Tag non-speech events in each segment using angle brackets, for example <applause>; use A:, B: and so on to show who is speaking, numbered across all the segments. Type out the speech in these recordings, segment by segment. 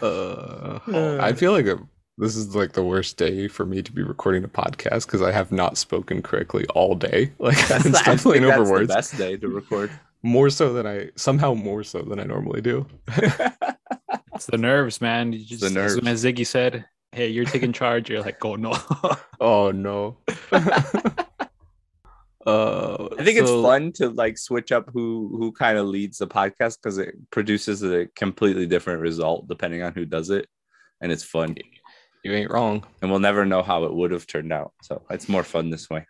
A: Uh, I feel like a, this is like the worst day for me to be recording a podcast because I have not spoken correctly all day. <laughs> Like I've been
B: I think
A: stumbling over
B: that's
A: words
B: the best day to record.
A: more so than I somehow more so than I normally do.
C: It's the nerves, man. You just,
B: the nerves.
C: As Ziggy said, hey, you're taking charge. You're like, oh no.
A: Oh
B: <laughs>
A: no. <laughs> uh,
B: <laughs> I think it's
A: so-
B: fun to like switch up who who kind of leads the podcast because it produces a completely different result depending on who does it, and it's fun.
A: You ain't wrong.
B: And we'll never know how it would have turned out, so it's more fun this way.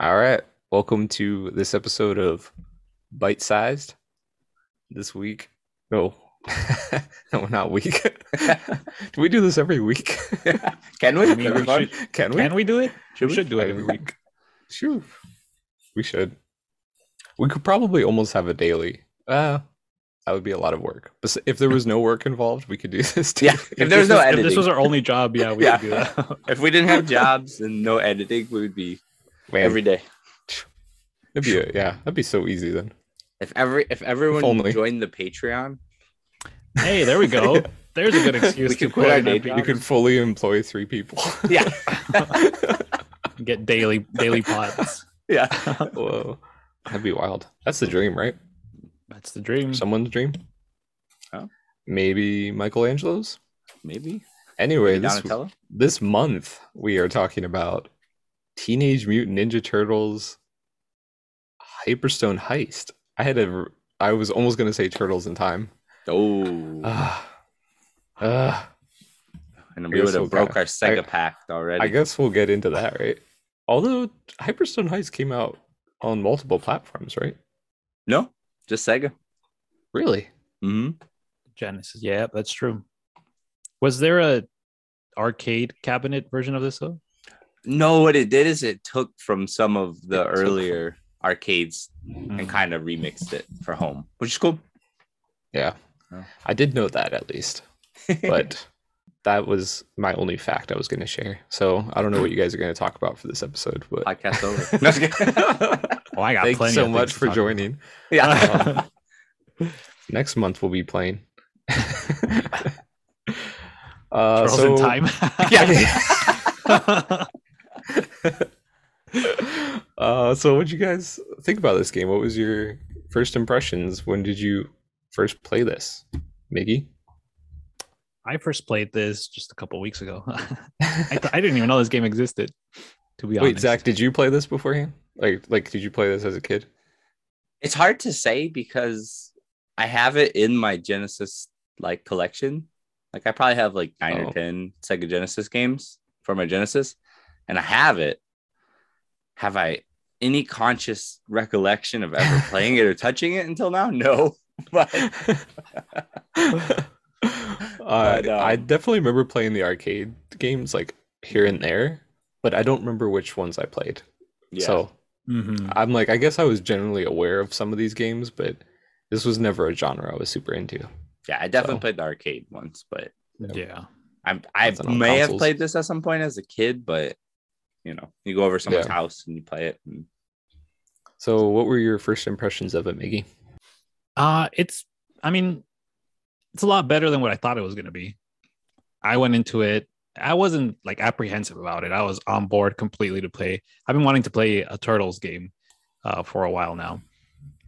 A: All right. Welcome to this episode of Bite Sized. This week. No. <laughs> no, not week. <laughs> do we do this every week? <laughs>
B: Can we?
C: I mean, we
B: Everyone?
C: should,
A: Can we?
C: can we do it?
A: Should
C: we should do it every
A: week. Sure. We should. We could probably almost have a daily. Uh that would be a lot of work. But s- if there was no work involved, we could do <laughs> this too.
B: Yeah. If there's
C: this
B: no
C: was,
B: editing,
C: If this was our only job, yeah, we
B: Yeah.
C: would do that.
B: <laughs> if we didn't have jobs and no editing, we would be
A: Man,
B: every day.
A: that'd be a- yeah, that'd be so easy then.
B: If every if everyone
A: only.
B: joined the Patreon,
C: hey, there we go. There's a good excuse
B: We
C: to
B: could quit our
C: quit and
B: day
C: be-
B: job.
A: You could fully employ three people.
B: <laughs>
A: <laughs>
B: yeah,
C: get daily daily pods.
B: yeah.
A: Whoa. That'd be wild. That's the dream, right?
C: That's the
B: Hmm.
C: dream.
A: Someone's dream.
B: Oh.
A: Maybe Michelangelo's?
B: <laughs> Maybe
A: Anyway, this
B: Donatello.
A: this month we are talking about Teenage Mutant Ninja Turtles Hyperstone Heist. I had a I was almost going to say Turtles in Time.
B: Oh,
A: Ah. Ah.
B: and
A: I
B: we
A: guess
B: would
A: we'll
B: have broke
A: kinda-
B: our Sega
A: I-
B: pact already.
A: I guess we'll get into that, right? Although Hyperstone Heist came out on multiple platforms, right?
B: no, just Sega.
A: Really?
B: hmm
C: Genesis. Yeah, that's true. Was there a arcade cabinet version of this though?
B: No, what it did is it took from some of the
A: It took from-
B: earlier arcades and
A: Mm.
B: kind of remixed it for home, which is cool.
A: Yeah.
B: Oh.
A: I did know that at least.
C: <laughs>
A: But that was my only fact I was going to share. So, I don't know what you guys are going to talk about for this episode, but
B: Podcast over. <laughs> No, I'm just kidding. <laughs>
C: Oh, I got
A: Thanks
C: plenty
A: so
C: of things
A: much
C: to
A: for
C: talk
A: joining.
B: yeah, <laughs>
C: about. <laughs>
A: Next month we'll be playing. <laughs> uh,
C: Turtles
A: so,
C: in
A: <laughs>
C: time. <laughs>
A: uh, so what'd you guys think about this game? What was your first impressions? When did you first play this, Miggy?
C: I first played this just a couple weeks ago. <laughs> I, th- I didn't even know this game existed. To be
A: Wait,
C: honest,
A: Zach, did you play this beforehand? Like, like, did you play this as a
C: <laughs>
A: kid? <laughs>
B: it's hard to say because I have it in my Genesis like collection. Like I probably have like nine
A: Oh.
B: or ten Sega Genesis games for my Genesis, and I have it. Have I any conscious recollection of
A: <laughs>
B: ever playing it or touching it until now? No, <laughs> but
A: uh,
B: But, um,
A: I definitely remember playing the arcade games like here and there, but I don't remember which ones I played. So
C: Mhm.
A: I'm like, I guess I was generally aware of some of these games, but this was never a genre I was super into.
B: Yeah, I definitely
A: So-
B: played the arcade once, but
C: yeah,
B: I'm, I
A: Nothing on
B: may have
A: consoles.
B: played this at some point as a kid, but you know, you go over to someone's
A: Yeah.
B: house and you play it. And
A: So, what were your first impressions of it, Miggy?
C: uh, it's. I mean, it's a lot better than what I thought it was going to be. I went into it. I wasn't like apprehensive about it. I was on board completely to play. I've been wanting to play a Turtles game uh, for a while now,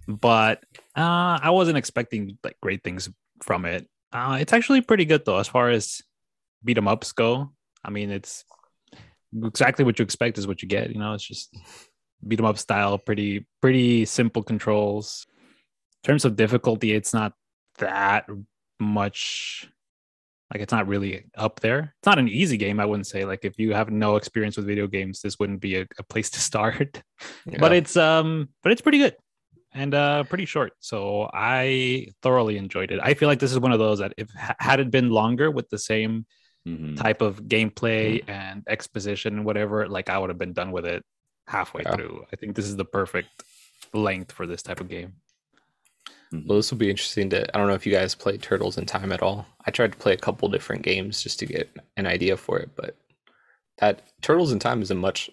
C: but uh, I wasn't expecting like great things from it. Uh, it's actually pretty good though, as far as beat 'em ups go. I mean, it's exactly what you expect is what you get. You know, it's just beat 'em up style, pretty pretty simple controls. In terms of difficulty, it's not that much. Like it's not really up there. It's not an easy game, I wouldn't say. Like if you have no experience with video games, this wouldn't be a, a place to <laughs> start but
A: Yeah.
C: it's um but it's pretty good and uh pretty short so i thoroughly enjoyed it i feel like this is one of those that if ha- had it been longer with the same
A: Mm-hmm.
B: Mhm.
C: type of gameplay and exposition and whatever like i would have been done with it halfway
A: Yeah.
C: through i think this is the perfect length for this type of game
A: Well, this will be interesting to. I don't know if you guys played Turtles in Time at all. I tried to play a couple different games just to get an idea for it, but that Turtles in Time is a much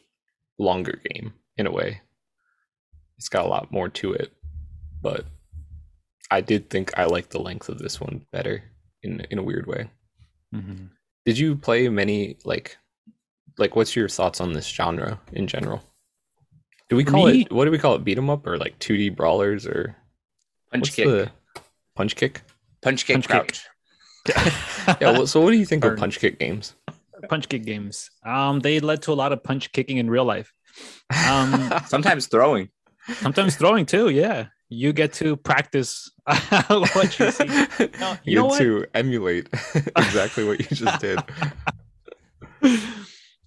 A: longer game in a way. It's got a lot more to it, but I did think I liked the length of this one better in in a weird way.
C: Mm-hmm.
A: Did you play many like like what's your thoughts on this genre in general? Do we
C: For
A: call it
C: me-
A: what do we call it? Beat 'em up or like 2D brawlers or
B: Punch
A: what's
B: kick.
A: the punch kick?
B: punch kick
C: punch kick.
B: crouch.
C: <laughs>
A: yeah. Well, so what do you think of
C: Burn.
A: punch kick games?
C: punch kick games um they led to a lot of punch kicking in real life Um,
B: Sometimes throwing.
C: sometimes throwing too yeah you get to practice <laughs> what you
A: <laughs>
C: see No, you
A: you
C: know what?
A: to emulate <laughs> exactly what you just
C: <laughs>
A: did.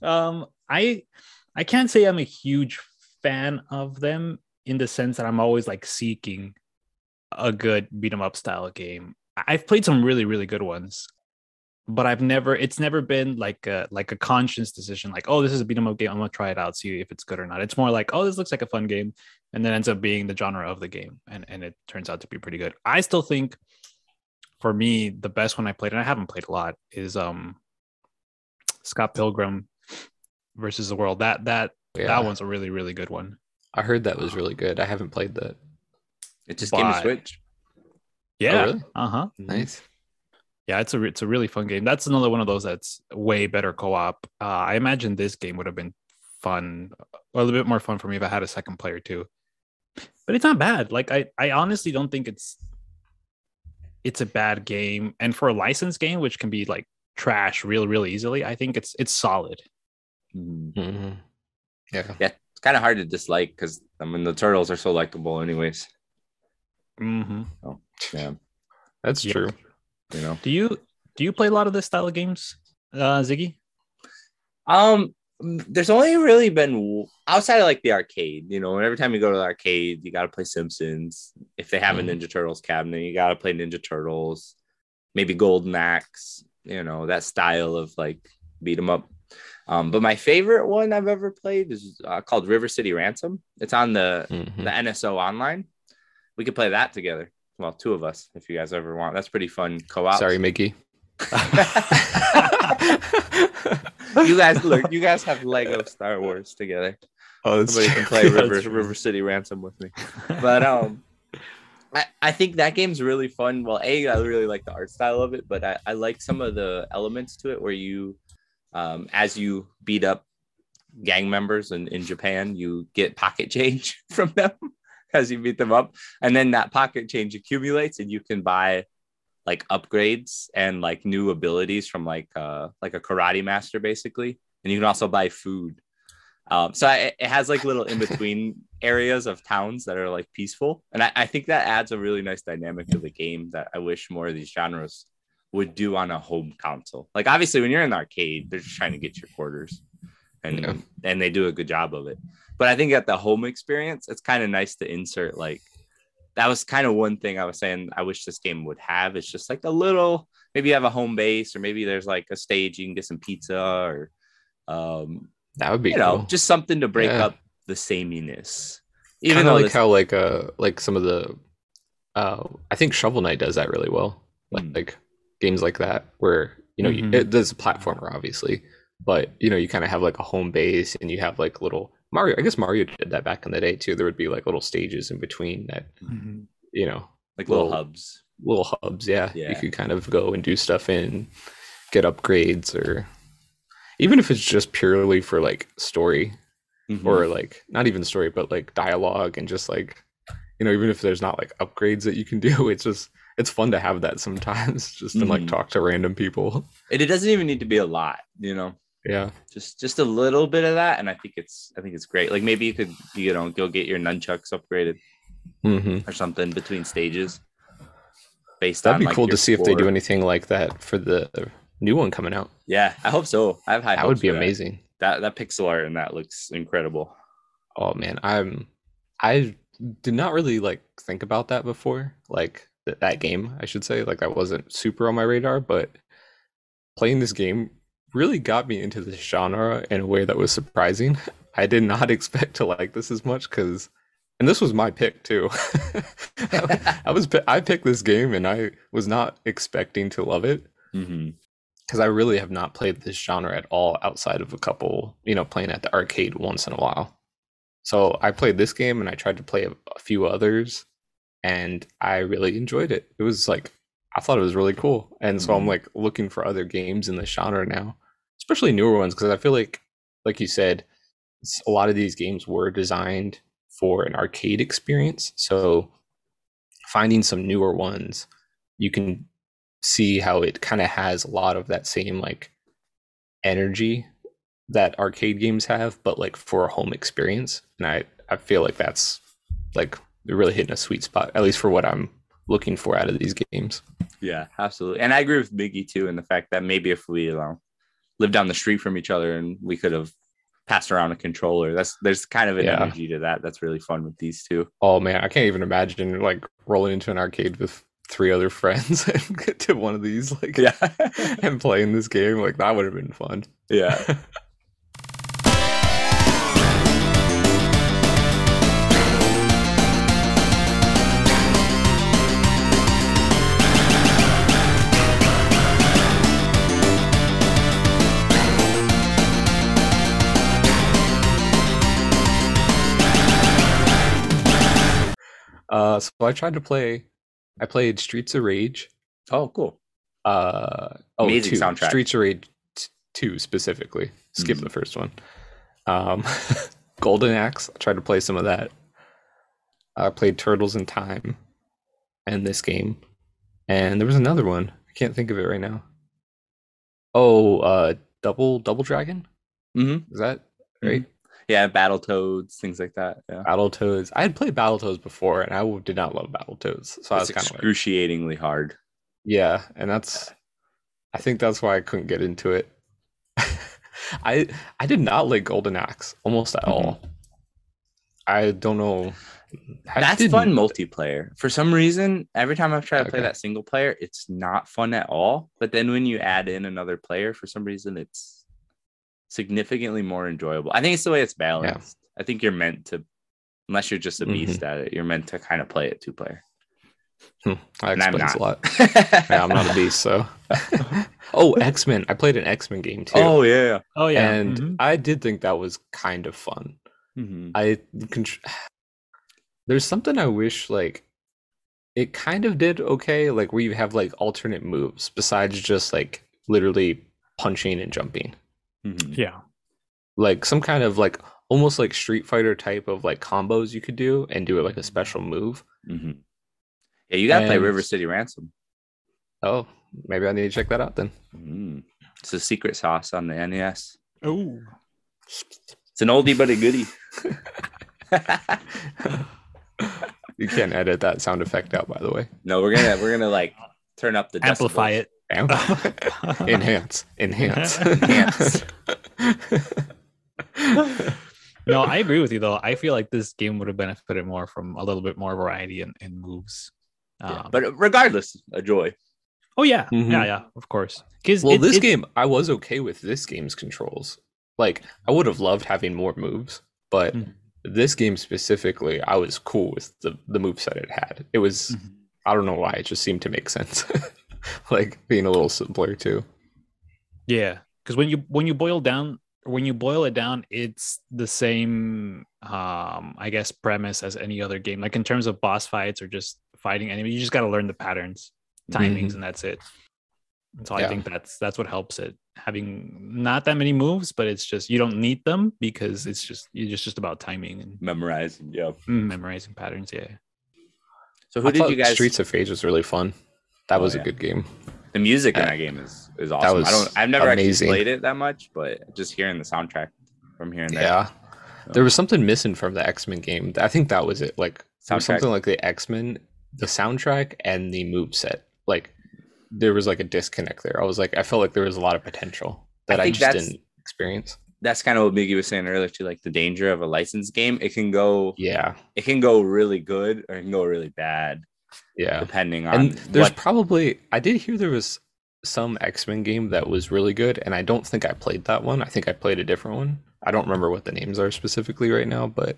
C: um i i can't say i'm a huge fan of them in the sense that i'm always like seeking a good beat 'em up style game I- i've played some really really good ones but i've never it's never been like a like a conscious decision like oh this is a beat 'em up game i'm gonna try it out see if it's good or not it's more like oh this looks like a fun game and then ends up being the genre of the game and and it turns out to be pretty good i still think for me the best one i played and i haven't played a lot is um Scott Pilgrim versus the World. That that
A: Yeah, Oh,
C: that one's a really really good one.
A: I heard that was really good. I haven't played that.
B: It just came to
C: Bye.
B: Switch.
C: Yeah.
A: Oh, really?
C: Uh huh.
A: Nice.
C: Yeah, it's a re- it's a really fun game. That's another one of those that's way better co-op. Uh, I imagine this game would have been fun, a little bit more fun for me if I had a second player too. But it's not bad. Like I I honestly don't think it's it's a bad game. And for a licensed game, which can be like trash real real easily, I think it's it's solid.
B: Mhm.
A: Mhm. Yeah.
B: Yeah, it's kind of hard to dislike because I mean the turtles are so likable, anyways.
C: Mm-hmm.
B: Yeah,
A: That's
C: Yeah.
A: true.
B: you know.
C: Do you do you play a lot of this style of games, uh, Ziggy?
B: Um, there's only really been outside of like the arcade, you know, every time you go to the arcade, you got to play Simpsons. If they have a
A: Mhm.
B: Ninja Turtles cabinet, you got to play Ninja Turtles, maybe Golden Axe, you know, that style of like beat 'em up. Um, but my favorite one I've ever played is uh, called River City Ransom. It's on the
A: Mhm.
B: the NSO online. We could play that together. Well, two of us if you guys ever want. That's pretty fun co-op. <laughs>
A: Sorry,
C: <laughs>
A: Mickey. <laughs>
B: you guys look. You guys have Lego Star Wars together.
A: Oh, that's
B: Somebody can
A: true.
B: <laughs>
A: <laughs>
B: play
A: That's
B: River
A: true.
B: River City Ransom with
A: <laughs>
B: me. But um, I I think that game's really fun. Well, a I really like the art style of it, but I I like some of the elements to it where you, um, as you beat up gang members in, in Japan, you get pocket <laughs> change from them as you beat them up, and then that pocket change accumulates, and you can buy like upgrades and like new abilities from like uh like a karate master basically, and you can also buy food. Um, so I, it has like little in between areas of towns that are like peaceful, and I, I think that adds a really nice dynamic to the game that I wish more of these genres would do on a home console. Like obviously, when you're in the arcade, they're just trying to get your quarters, and
A: Yeah.
B: and they do a good job of it. But I think at the home experience, it's kind of nice to insert like that was kind of one thing I was saying I wish this game would have. It's just like a little maybe you have a home base or maybe there's like a stage you can get some pizza or um
A: that would be
B: you know
A: cool.
B: just something to break
A: Yeah.
B: up the sameness. Even
A: Even
B: though
A: like
B: this-
A: how like uh like some of the uh I think Shovel Knight does that really well. Like,
B: Mm.
A: like games like that where you know you,
B: Mm-hmm.
C: Mhm.
A: it, there's a platformer obviously, but you know you kind of have like a home base and you have like little Mario. I guess Mario did that back in the day too. There would be like little stages in between that
C: Mm-hmm.
A: you know
B: like little
A: Well,
B: hubs.
A: little hubs. Yeah,
B: Yeah.
A: you could kind of go and do stuff in, get upgrades or even if it's just purely for like story
B: Mhm.
A: Mm-hmm. or like not even story but like dialogue and just like you know, even if there's not like upgrades that you can <laughs> do, it's just it's fun to have that sometimes, <laughs> just to like
B: Mhm.
A: talk to random people. <laughs>
B: And it doesn't even need to be a lot, you know.
A: Yeah,
B: Just just a little bit of that, and I think it's I think it's great. Like maybe you could you know go get your nunchucks upgraded
A: mm-hmm.
B: or something between stages. Based
A: that'd
B: on,
A: be
B: like,
A: cool
B: your
A: to see if they do
B: score.
A: anything like that for the new one coming out.
B: Yeah, I hope so. I have high.
A: that would
B: hopes
A: be
B: for
A: amazing.
B: That. that that pixel art and that looks incredible.
A: Oh man, I'm I did not really like think about that before. Like th- that game, I should say, like that wasn't super on my radar, but playing this game really got me into this genre in a way that was surprising. <laughs> I did not expect to like this as much cuz and this was my pick too. <laughs> I was pi- I picked this game and I was not expecting to love it
B: Mm-hmm.
A: because I really have not played this genre at all outside of a couple, you know, playing at the arcade once in a while. So I played this game and I tried to play a, a few others and I really enjoyed it. It was like, I thought it was really cool. And so I'm
B: Mhm.
A: like looking for other games in the genre now, especially newer ones, because I feel like, like you said, s- a lot of these games were designed for an arcade experience. So finding some newer ones, you can see how it kind of has a lot of that same like energy that arcade games have, but like for a home experience. And I, I feel like that's like they're really hitting a sweet spot, at least for what I'm looking for out of these games.
B: Yeah, absolutely. And I agree with Biggie too in the fact that maybe if we you know, lived down the street from each other and we could have passed around a controller, that's there's kind of an
A: Yeah.
B: energy to that. That's really fun with these two. <laughs>
A: Oh man, I can't even imagine like rolling into an arcade with three other <laughs> friends and get to one of these like
B: Yeah.
A: <laughs> and playing this game. Like that would have been fun.
B: yeah.
A: <laughs> Uh, so I tried to play. I played Streets of Rage.
B: Oh, cool.
A: uh oh,
B: Amazing
A: two.
B: soundtrack. Mm-hmm.
A: Streets of Rage t- 2 specifically. Skip the first one. Um <laughs> Golden Axe, I tried to play some of that. I played Turtles in Time and this game. And there was another one. I can't think of it right now. Oh, uh Double Double Dragon?
B: hmm
A: Is that right?
B: Yeah, Battletoads, things like that. Yeah.
A: Battletoads. I had played Battletoads before and I w- did not love Battletoads. So I was
B: It's
A: kind of like,
B: excruciatingly hard.
A: Yeah, and that's I think that's why I couldn't get into it. <laughs> I I did not like Golden Axe almost at
B: Mhm.
A: all. I don't know. I
B: That's
A: didn't-
B: fun multiplayer. For some reason, every time I've tried to play
A: Okay.
B: that single player, it's not fun at all. But then when you add in another player, for some reason, it's significantly more enjoyable. I think it's the way it's balanced. I think you're meant to, unless you're just a
A: Mhm.
B: beast at it, you're meant to kind of play it two player.
A: That
B: and I'm
A: explains a
B: not.
A: lot.
B: <laughs>
A: Yeah, I'm not a beast, so. <laughs> oh, X Men. I played an X Men game too,
B: oh yeah. Mm-hmm.
C: Oh yeah,
A: and
C: mhm.
A: I did think that was kind of fun.
B: hmm
A: I contr- there's something I wish like it kind of did okay, like where you have like alternate moves besides just like literally punching and jumping,
B: Mm-hmm.
C: yeah,
A: like some kind of like almost like Street Fighter type of like combos you could do and do it like a special move.
B: Mm-hmm. Yeah, you gotta play
A: And-
B: River City Ransom.
A: Oh, maybe I need to check that out then. <laughs>
B: Mhm. It's a secret sauce on the NES.
C: oh,
B: It's an oldie but a
A: <laughs>
B: goodie. <laughs>
A: you can't edit that sound effect out, by the way.
B: No, we're gonna we're gonna like turn up the
C: amplify
B: decibels. <laughs>
C: it. <laughs>
A: Am- <laughs> enhance, enhance, <laughs>
B: Enhance.
C: no, I agree with you though. I feel like this game would have benefited more from a little bit more variety in, in moves.
B: Yeah,
C: Um,
B: but regardless, a joy.
C: oh yeah,
A: Mhm.
C: yeah, yeah, of course. Because
A: Well, this game, I was okay with this game's controls. Like, I would have loved having more moves, but
C: Mhm.
A: this game specifically, I was cool with the the moveset it had. It was,
C: Mm.
B: Mm-hmm.
A: I don't know why, it just seemed to make sense. <laughs> like being a little simpler too.
C: Yeah, because when you when you boil down when you boil it down, it's the same, um, I guess, premise as any other game. Like in terms of boss fights or just fighting enemy, you just got to learn the patterns, timings, and that's it. And so I
A: Yeah.
C: think that's that's what helps it having not that many moves, but it's just you don't need them because it's just it's just about timing and
B: Memorizing. Yeah.
C: memorizing patterns. Yeah.
B: So who
A: I
B: did
A: thought
B: you guys?
A: Streets of Rage was really fun. That
B: Oh,
A: was
B: yeah.
A: a good game.
B: the music in
A: Uh,
B: that game is is awesome.
A: was
B: I don't. I've never
A: amazing.
B: actually played it that much, but just hearing the soundtrack from here and there.
A: Yeah.
B: Oh.
A: There was something missing from the X Men game. I think that was it. Like there was
B: Soundtrack.
A: something like the X Men, the soundtrack, and the move set. Like there was like a disconnect there. I was like, I felt like there was a lot of potential that I,
B: think
A: just
B: that's-
A: didn't experience.
B: That's kind of what Biggie was saying earlier too. Like the danger of a licensed game, it can go
A: Yeah,
B: it can go really good or it can go really bad
A: yeah.
B: depending on.
A: And there's
B: what-
A: probably I did hear there was some X Men game that was really good, and I don't think I played that one. I think I played a different one. I don't remember what the names are specifically right now, but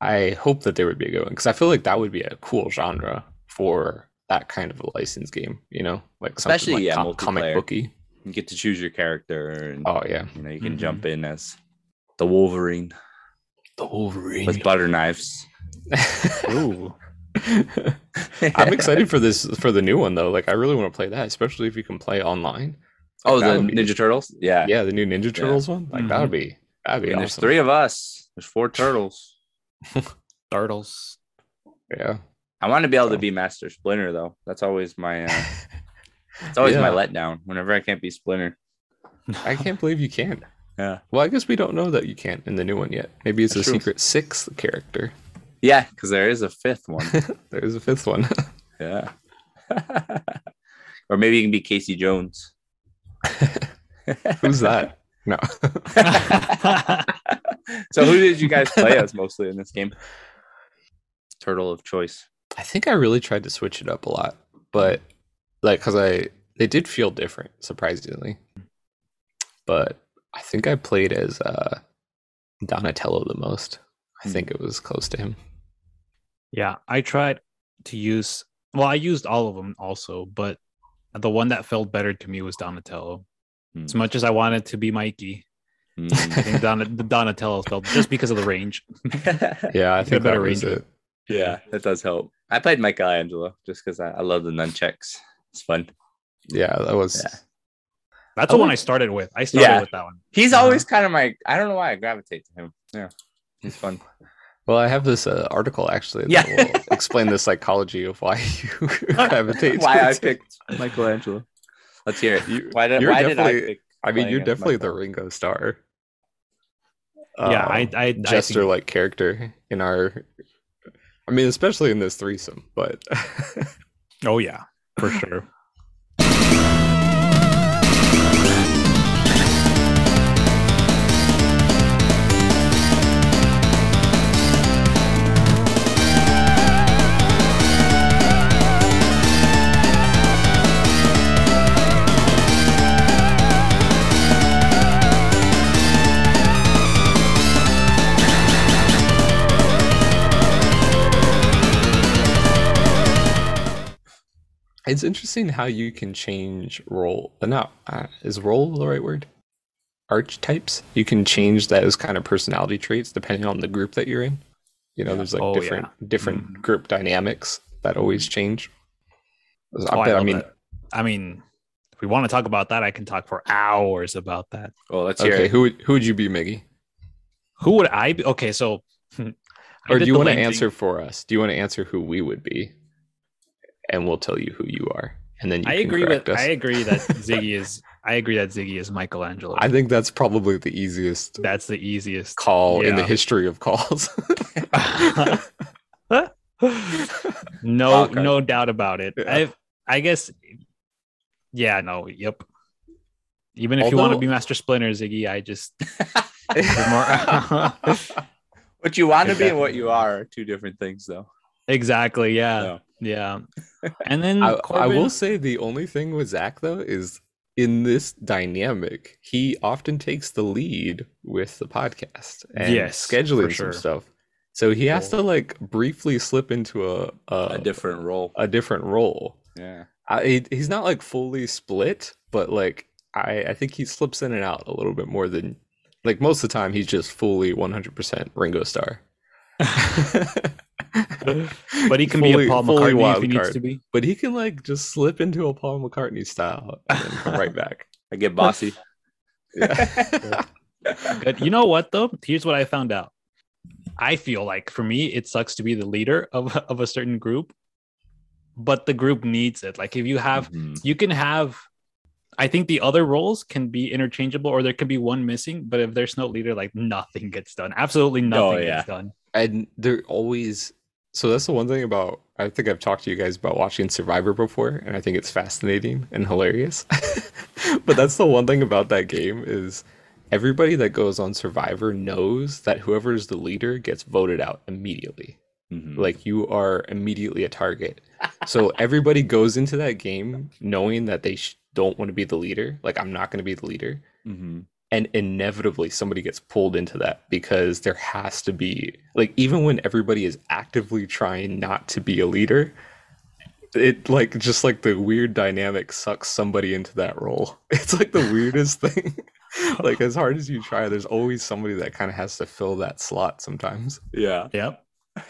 A: I hope that they would be a good one because I feel like that would be a cool genre for that kind of a license game. You know, like something
B: Especially,
A: like
B: yeah,
A: com- comic
B: multiplayer.
A: booky.
B: you get to choose your character, and
A: Oh yeah,
B: you know you can
C: Mm-hmm.
B: jump in as the Wolverine
A: the Wolverine.
B: with butter knives.
C: Ooh.
A: <laughs>
C: <laughs>
A: I'm excited for this for the new one though. Like I really want to play that, especially if you can play online.
B: <laughs> oh,
A: That
B: the
A: would be-
B: Ninja Turtles. Yeah.
A: Yeah, the new Ninja Turtles one. Like that would
C: Mhm.
A: be
B: I
A: that'd be
B: mean, there's
A: awesome.
B: three of us. There's four turtles.
C: Startles.
A: Yeah.
B: I want to be able to
A: So-
B: be Master Splinter though. That's always my. Uh,
A: <laughs>
B: it's always my
A: Yeah.
B: letdown whenever I can't be Splinter.
A: I can't believe you can't.
B: Yeah.
A: Well, I guess we don't know that you can't in the new one yet. Maybe it's
B: That's
A: a
B: true.
A: secret sixth character.
B: Yeah, because there is a fifth
A: <laughs>
B: one.
A: There's a fifth one. <laughs>
B: yeah. <laughs> or maybe you can be Casey Jones. <laughs>
A: Who's that? No.
B: so who did you guys play as mostly in this game? Turtle of choice.
A: I think I really tried to switch it up a lot, but like because I they did feel different surprisingly. But I think I played as uh Donatello the most. I
B: Hmm.
A: think it was close to him.
C: Yeah, I tried to use. Well, I used all of them also, but the one that felt better to me was Donatello.
B: Hmm.
C: As much as I wanted to be Mikey,
A: <laughs>
C: I think Don- the Donatello felt just because of the range.
B: Mm.
A: Yeah, I
C: Get a
A: think that
C: better
A: was
C: ranger.
A: it.
B: <laughs> yeah, that does help. I played Michelangelo just because I, I love the nunchucks. It's fun.
A: Yeah, that was.
B: Yeah.
C: That's
A: I
C: the one
A: like-
C: I started with. I started
B: Yeah.
C: with that one.
B: He's
C: Uh-huh.
B: always kind of my. I don't know why I gravitate to him. Yeah, he's
A: <laughs>
B: fun.
A: Well, I have this uh, article actually that
B: Yeah.
A: will explain the psychology of why <laughs> you
B: <laughs>
A: gravitate.
B: why I
A: towards it.
B: picked Michelangelo. Let's hear it.
A: You-
B: Why did,
A: you're
B: why did I
A: definitely-
B: pick?
A: I mean,
B: playing
A: you're
B: as
A: definitely the
B: Michelangelo?
A: Ringo Star.
C: Yeah,
A: Uh,
C: I, I, I
A: jester
C: think-
A: like character in our. I mean, especially in this threesome, but <laughs>
C: Oh yeah, for sure.
A: it's interesting how you can change role. uh, Not uh, is role the right word? Archetypes. You can change those kind of personality traits depending on the group that you're in. You know, there's like
C: Oh, yeah.
A: different different group dynamics that always change. <laughs> I
C: Oh, I
A: bet. I,
C: love
A: mean,
C: that. I mean, if we want to talk about that, I can talk for hours about that.
B: Well, let's hear
A: okay,
B: it.
A: who would who would you be, Miggy?
C: Who would I be? Okay, so. <laughs> I
A: or
C: did
A: do you
C: the
A: want to
C: lame thing.
A: answer for us? Do you want to answer who we would be, and we'll tell you who you are, and then you
C: I
A: can
C: agree
A: correct
C: with.
A: us.
C: I
A: <laughs>
C: agree that Ziggy is. I agree that Ziggy is Michelangelo.
A: I think that's probably the easiest
C: That's the easiest.
A: call in the
C: Yeah.
A: history of calls. <laughs>
C: <laughs> no,
B: Okay.
C: no doubt about it.
A: Oh, Yeah.
C: I've, I guess. Yeah. No. Yep. Even if you want to
A: Although-
C: be Master Splinter, Ziggy, I
A: <laughs>
C: just <laughs> More-
B: What you want to be and what you are are two different things, though.
C: exactly. Yeah.
B: No.
C: Yeah. And then
A: I, I
C: Corbin-
A: will say the only thing with Zach though is in this dynamic, he often takes the lead with the podcast and
C: Yes,
A: scheduling
C: for
A: some
C: sure.
A: stuff. So he has
C: Cool.
A: to like briefly slip into a a,
B: A different role.
A: a different role.
B: Yeah.
A: I, he- he's not like fully split, but like I, I think he slips in and out a little bit more than like most of the time he's just fully 100% Ringo Star.
C: <laughs> <laughs> but he can be a Paul McCartney if he needs to be.
A: But he can like just slip into a Paul McCartney style and then come right
C: <laughs>
A: back.
B: I get bossy.
A: Yeah.
C: Good. You know what though? Here's what I found out. I feel like for me, it sucks to be the leader of of a certain group, but the group needs it. Like if you have,
B: Mhm.
C: you can have. I think the other roles can be interchangeable, or there can be one missing. But if there's no leader, like nothing gets done. Absolutely nothing
B: Oh, yeah.
C: gets done.
A: and they're always so that's the one thing about i think i've talked to you guys about watching survivor before and i think it's fascinating and hilarious <laughs> but that's the one thing about that game is everybody that goes on survivor knows that whoever is the leader gets voted out immediately
B: Mhm.
A: like you are immediately a target so everybody goes into that game knowing that they sh- don't want to be the leader like i'm not going to be the leader
B: Mhm.
A: and inevitably somebody gets pulled into that because there has to be like even when everybody is actively trying not to be a leader it like just like the weird dynamic sucks somebody into that role <laughs> it's like the <laughs> weirdest thing like as hard as you try there's always somebody that kind of has to fill that slot sometimes
B: yeah <laughs>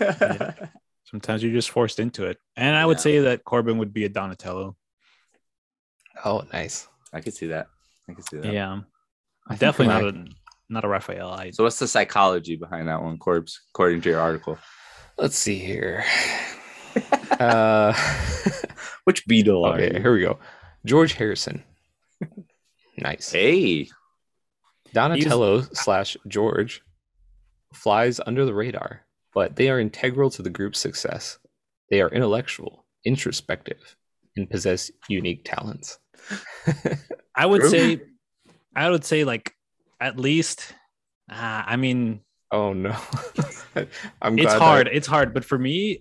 C: Yep. Sometimes you're just forced into it. And I would
B: Yeah.
C: say that Corbin would be a Donatello.
A: oh nice
B: i could see that i could see
C: Yeah.
B: that
A: I think
C: Definitely
A: when
C: not
A: I-
C: a not a Raphael. I
B: so what's the psychology behind that one corpse according to your article
A: let's see here <laughs> uh
B: which beetle are
A: <laughs> okay
B: you?
A: here we go george harrison <laughs> nice
B: hey
A: Donatello slash George flies under the radar, but they are integral to the group's success. They are intellectual, introspective, and possess unique talents. <laughs>
C: I would
B: True.
C: say I would say like at least uh, I mean
A: Oh no. <laughs> I'm
C: it's
A: glad
C: hard. It's hard, but for me,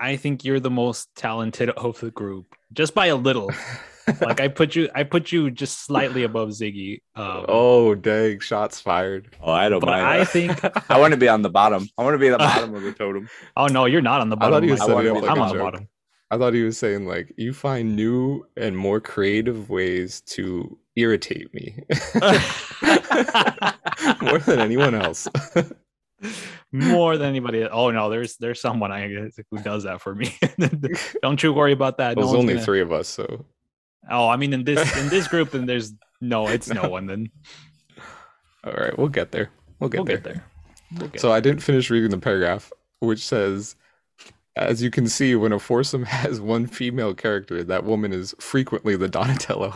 C: I think you're the most talented of the group, just by a little.
A: that-
C: like I put you, I put you just slightly above Ziggy. Um,
A: <laughs> oh dang, shots fired.
B: oh i don't
C: but
B: mind
C: I
B: that. <laughs>
A: <laughs>
C: think.
B: I want to be on the bottom. I want to be at the bottom of the totem.
C: <laughs> Oh no, you're not on the
A: I
C: bottom.
A: thought he
C: of
A: was
C: my-
B: wanna
A: setting
B: be
A: up
B: the
A: like
C: I'm
A: a
C: on the
A: joke.
C: bottom.
A: I thought he was saying like you find new and more creative ways to irritate me <laughs> more than anyone else.
C: <laughs> More than anybody. else. Oh no, there's there's someone I guess who does that for me. <laughs> Don't you worry about that. No
A: There's
C: one's
A: only
C: gonna-
A: three of us, so
C: Oh, I mean in this in this group, then there's no, it's
A: <laughs>
C: no,
A: No.
C: one. Then
A: all right, we'll get there. We'll get
C: we'll
A: there.
C: get there. We'll get
A: So I didn't finish reading the paragraph, which says, as you can see, when a foursome <laughs> has one female character, that woman is frequently the Donatello.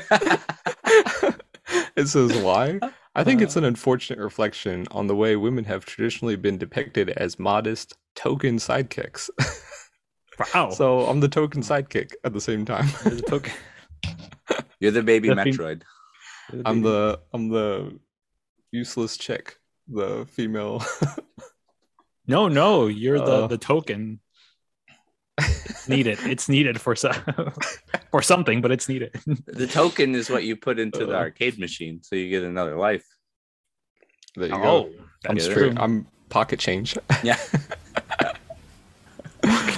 A: <laughs> it says why? I think it's
C: Uh.
A: an unfortunate reflection on the way women have traditionally been depicted as modest token sidekicks. <laughs>
C: there. wow.
A: So I'm the token sidekick at the same time.
C: There's a token-
B: You're the baby
C: The fin-
B: Metroid.
A: I'm the I'm the useless chick, the female <laughs>
C: no, no. You're the
A: Uh.
C: the token. It's needed. It's needed for so <laughs> for something, but it's needed.
B: The token is what you put into the
A: Uh.
B: arcade machine, so you get another life.
A: There you go.
C: Oh,
A: I'm
B: Yeah,
C: that's
B: there <laughs>
A: straight.
C: true.
A: I'm pocket change.
B: Yeah.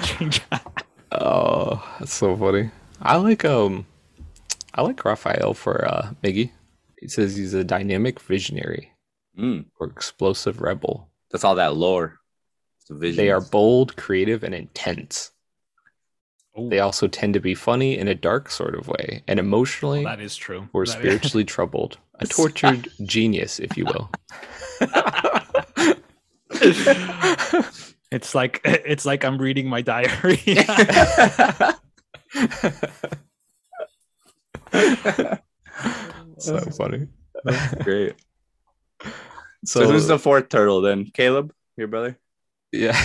C: Change-
A: Oh, that's so funny. I like um, I like Raphael for uh Miggy. He says he's a dynamic visionary
B: Mm,
A: or explosive rebel.
B: that's all that lore. It's the
A: They are
B: visions.
A: bold, creative, and intense.
C: Oh,
A: They also tend to be funny in a dark sort of way, and emotionally
C: that is true.
A: or
C: That is-
A: spiritually troubled. A tortured genius, if you will.
C: <laughs>
A: <laughs>
C: it's like <laughs> it's like I'm reading my diary. <laughs>
A: so funny.
B: <laughs> Great.
A: So,
B: So, who's the fourth turtle then? Caleb, your brother?
A: Yeah.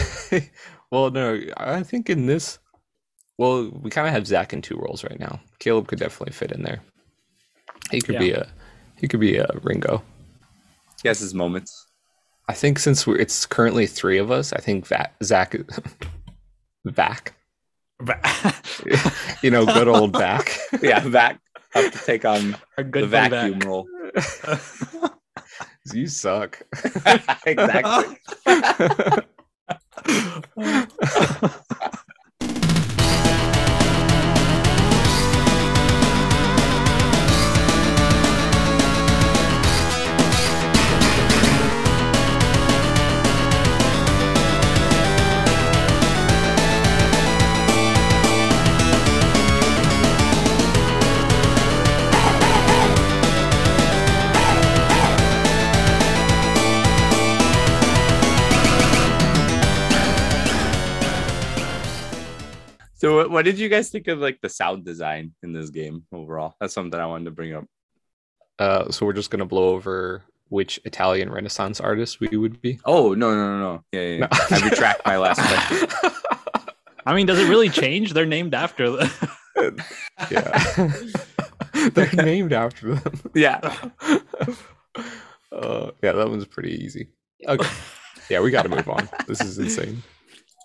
A: <laughs> well, no, I think in this, well, we kind of have Zach in two roles right now. Caleb could definitely fit in there. He could be a, he could be a Ringo.
B: He has his moments. <laughs>
A: I think since we're it's currently three of us, I think that Zach, <laughs> Vac,
C: <laughs>
A: you know,
B: <laughs>
A: good old Vac.
B: Yeah, Vac have to take on
C: Our good
B: the
C: buddy
B: vacuum
C: back.
B: role.
A: <laughs>
B: <laughs>
A: you suck. <laughs>
B: exactly. So what, what did you guys think of like the sound design in this game overall? That's something I wanted to bring up.
A: Uh, so we're just gonna blow over which Italian Renaissance artist we would be.
B: Oh no no no no. Yeah, yeah, yeah.
A: No.
B: I retract my
A: <laughs>
B: last question.
C: I mean, does it really change? They're named after. the- <laughs>
A: yeah, <laughs> they're named after them.
B: yeah.
A: Uh, yeah, that one's pretty easy. Okay. Yeah, we got to move on. This is insane.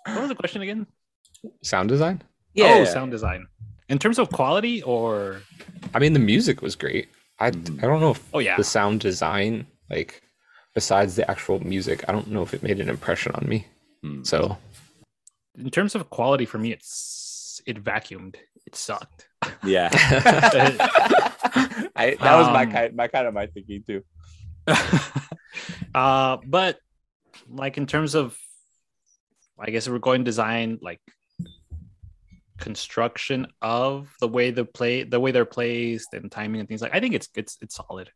C: what was the question again?
A: Sound design.
C: Oh,
B: Yeah.
C: sound design. In terms of quality, or
A: I mean, the music was great. I I
B: Mhm.
A: don't know if
C: oh yeah,
A: the sound design, like besides the actual music, I don't know if it made an impression on me.
B: Hmm.
C: <laughs>
A: So <laughs>
C: in terms of quality, for me, it's it vacuumed. It sucked.
B: yeah. <laughs> I, that was my
C: Um,
B: kind my kind of my thinking too.
C: uh, but like in terms of, I guess if we're going design like construction of the way the play, the way they're placed and timing and things like. I think it's it's it's solid.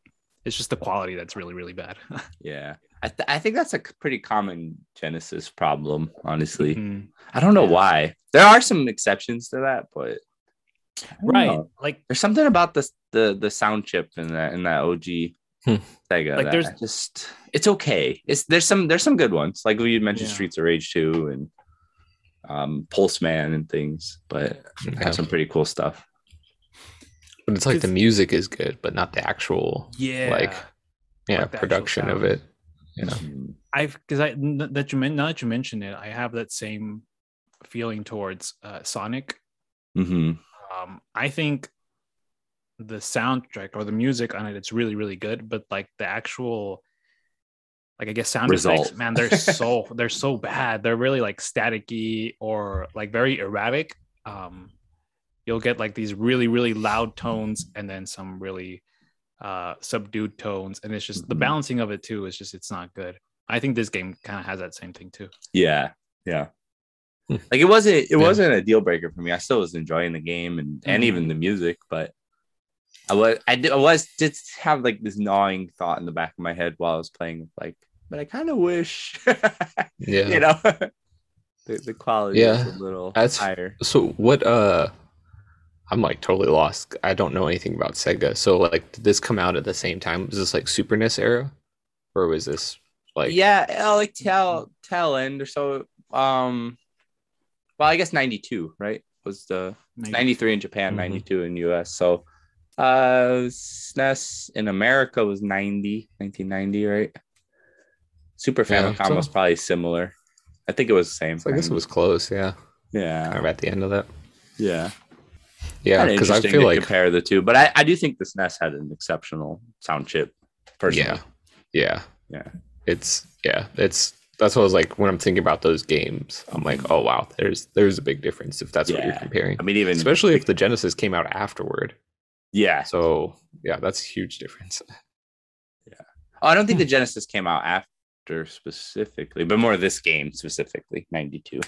C: It's just the quality that's really really bad. <laughs>
B: Yeah. I, th- I think that's a c- pretty common Genesis problem, honestly.
C: Mm.
B: I don't know
C: Yeah.
B: why. There are some exceptions to that, but I don't
C: right?
B: know.
C: Like
B: There's something about the the the sound chip in that in that OG
A: Hmm.
B: Sega.
C: Like,
B: that
C: there's-
B: I just it's okay. It's there's some there's some good ones like we mentioned
C: Yeah.
B: Streets of Rage two and um Pulse Man and things, but
A: yeah,
B: there's some pretty cool stuff.
A: but it's like the music is good, but not the actual
C: yeah,
A: like yeah
C: Like the actual
A: production of
C: sound.
A: it. Yeah.
B: Mm.
C: I've because I n- that you men- now that you mentioned it, I have that same feeling towards uh, Sonic.
B: Mhm.
C: Um, I think the soundtrack or the music on it, it's really really good, but like the actual, like I guess sound effects,
B: Result.
A: <laughs>
C: man, they're so they're so bad. They're really like staticky or like very erratic. Um, you'll get like these really really loud tones and then some really uh subdued tones and it's just the
A: Mm-hmm.
B: Mhm.
C: balancing of it too is just it's not good i think this game kind of has that same thing too
B: Yeah, yeah.
A: Hmm.
B: Like it wasn't it
A: Yeah.
B: wasn't a deal breaker for me. I still was enjoying the game and and
C: Mhm.
A: Hmm.
B: even the music, but I was I, did, I was just have like this gnawing thought in the back of my head while I was playing. Like, but I kind of wish, <laughs>
A: Yeah.
B: you know, the, the quality
A: Yeah.
B: was a little
A: That's-
B: higher.
A: So what uh I'm like totally lost. I don't know anything about Sega. So like did this come out at the same time? Was this like Super NES era? Or was this like
B: yeah, uh, like tail tail end or so. Um, well, I guess ninety two, right? Was the 93 in Japan,
A: Mhm.
B: 92 in US. So uh SNES in America was 90, 1990, right? Super
A: Yeah,
B: Famicom
A: so-
B: was probably similar. I think it was the same.
A: so I guess it
B: 90.
A: was close, yeah.
B: yeah.
A: Kind of at the end of that.
B: Yeah.
A: Yeah,
B: Kinda
A: because I
B: interesting
A: feel
B: to
A: like
B: compare the two, but I, I do think the SNES had an exceptional sound chip personally.
A: Yeah. Yeah.
B: Yeah.
A: It's yeah, it's that's what I was like when I'm thinking about those games. I'm like, oh wow, there's there's a big difference if that's what you're
B: Yeah.
A: comparing.
B: I mean even
A: Especially if the Genesis came out afterward.
B: yeah.
A: So yeah, that's a huge difference.
B: Oh, I don't
A: Hmm.
B: think the Genesis came out after specifically, but more this game specifically, 92.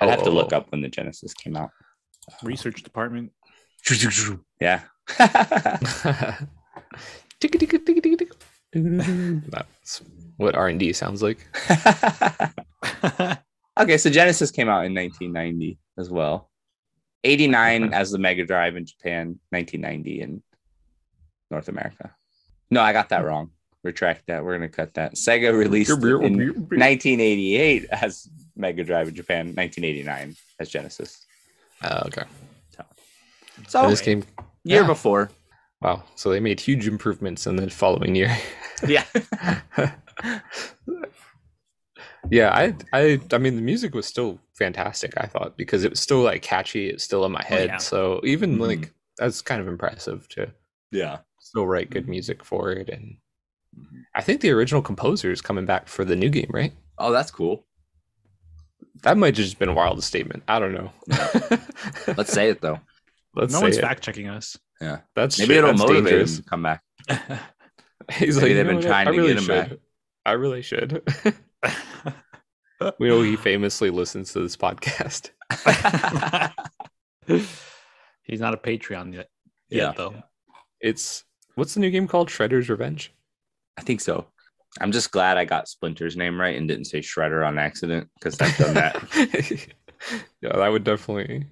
B: I'll
A: Oh,
B: have to
A: oh,
B: look
A: oh.
B: up when the Genesis came out.
A: <laughs>
C: research department
B: Yeah. <laughs>
A: Ticka, ticka, ticka, ticka, ticka. That's what R and D sounds like.
B: okay, so Genesis came out in 1990 as well. 89
A: Okay.
B: as the Mega Drive in Japan, 1990 in North America. No, I got that wrong. Retract that. We're going to cut that. Sega released it in 1988 as Mega Drive in Japan, 1989 as Genesis.
A: Oh, okay.
B: So,
A: This game.
B: year
A: yeah.
B: before.
A: Wow. So they made huge improvements in the following year.
B: <laughs>
A: <laughs>
B: Yeah.
A: yeah, I, I, I mean, the music was still fantastic. I thought because it was still like catchy. It's still in my head.
C: yeah.
A: So even
B: Mhm.
A: like that's kind of impressive to
B: Yeah.
A: still write good music for it. And I think the original composer is coming back for the new game, right?
B: Oh, that's cool.
A: That might have just been a wild statement. I don't know. <laughs>
B: Let's say it <laughs> though.
A: Let's
C: no
A: say
C: one's
A: it.
C: fact checking us
A: That's
B: Maybe
A: shit,
B: it'll
A: that's
B: motivate
A: dangerous.
B: him to come back.
A: <laughs>
B: <laughs> Maybe
A: He's like,
B: they've
A: "You know
B: been
A: what?
B: trying
A: I
B: to
A: really
B: get him back."
A: should. I really should. <laughs> we know he famously listens to this podcast.
C: he's not a patreon yet
B: Yeah.
C: yet though
A: It's what's the new game called? Shredder's Revenge.
B: I think so. I'm just glad I got Splinter's name right and didn't say
A: <laughs>
B: Shredder on accident because I've done that.
A: yeah, that would definitely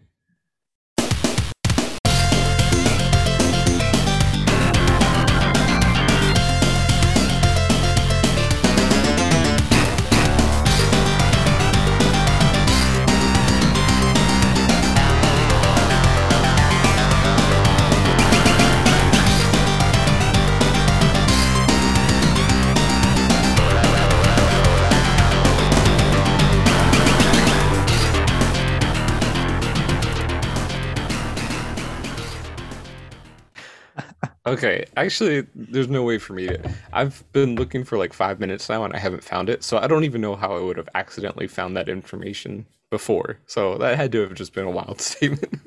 A: Okay, actually, there's no way for me to. I've been looking for like five minutes now and I haven't found it, so I don't even know how I would have accidentally found that information before. So that had to have just been a wild <laughs> statement.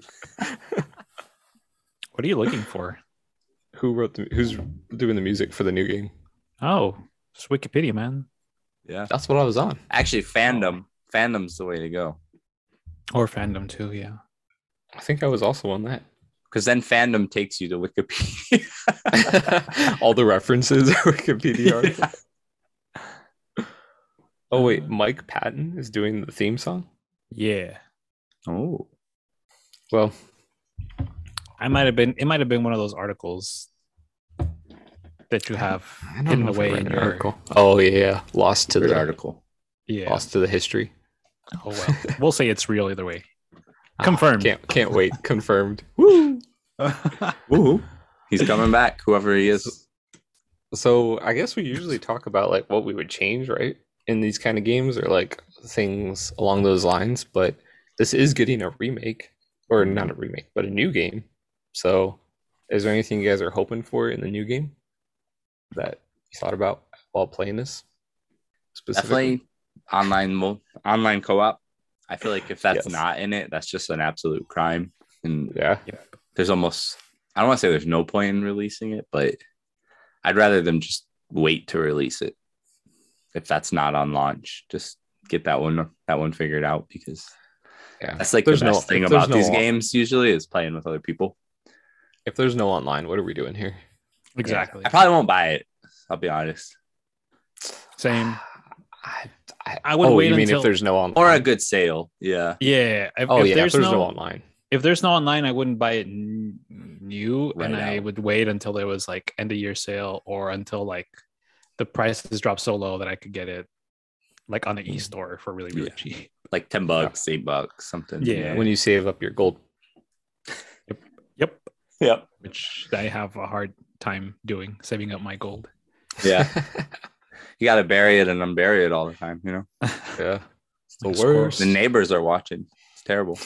C: What are you looking for?
A: Who wrote the? Who's doing the music for the new game?
C: Oh, it's Wikipedia, man.
B: Yeah.
A: That's what I was on.
B: Actually, fandom. Fandom's the way to go.
C: Or fandom too, yeah.
A: I think I was also on that.
B: Because then fandom takes you to Wikipedia.
A: <laughs> All the references are <laughs> Wikipedia. articles.
B: <laughs>
A: Oh wait, Mike Patton is doing the theme song.
C: Yeah.
B: Oh.
A: Well,
C: I might have been it might have been one of those articles that you have
A: I don't
C: hidden
A: know if I
C: away
A: read
C: in
A: an
C: your
A: article. Oh yeah, yeah, lost to
B: Good
A: the
B: article.
C: Yeah.
A: lost to the history.
C: Oh well. We'll say it's real either way.
A: Ah,
C: Confirmed.
A: Can't can't wait. Confirmed. Woo!
B: Woo. He's coming back, whoever he is.
A: So I guess we usually talk about like what we would change, right? In these kind of games or like things along those lines, but this is getting a remake or not a remake, but a new game. So is there anything you guys are hoping for in the new game that you thought about while playing this?
B: Definitely online mo- online co-op. I feel like if that's
A: Yes.
B: not in it, that's just an absolute crime. And
A: Yeah.
B: there's almost I don't want to say there's no point in releasing it, but I'd rather them just wait to release it if that's not on launch. Just get that one that one figured out because
A: Yeah.
B: that's like
A: There's
B: the
A: no-
B: best thing
A: there's
B: about
A: no
B: these
A: on-
B: games usually is playing with other people.
A: If there's no online, what are we doing here?
C: Exactly.
B: I probably won't buy it. I'll be honest,
C: Same.
A: I, I,
C: I would
A: oh,
C: wait
A: you mean
C: until-
A: if there's no online?
B: or uh, a good sale. Yeah,
C: Yeah. If,
A: oh
C: if
A: yeah,
C: there's,
A: if there's
C: no,
A: no online.
C: if there's no online, I wouldn't buy it n- new
B: Right
C: and I
B: out.
C: would wait until there was like end of year sale or until like the prices drop so low that I could get it like on the e store for really, really
B: Mm-hmm. Yeah.
C: cheap. <laughs>
B: like ten bucks, eight bucks, something.
C: Yeah.
A: When you save up your gold
C: Yep.
B: Yep.
C: Which I have a hard time doing, saving up my gold.
B: Yeah. You got to bury it and unbury it all the time. You know,
A: <laughs> yeah. It's the
C: Like
A: worst.
C: squirrels.
B: the neighbors are watching. It's terrible.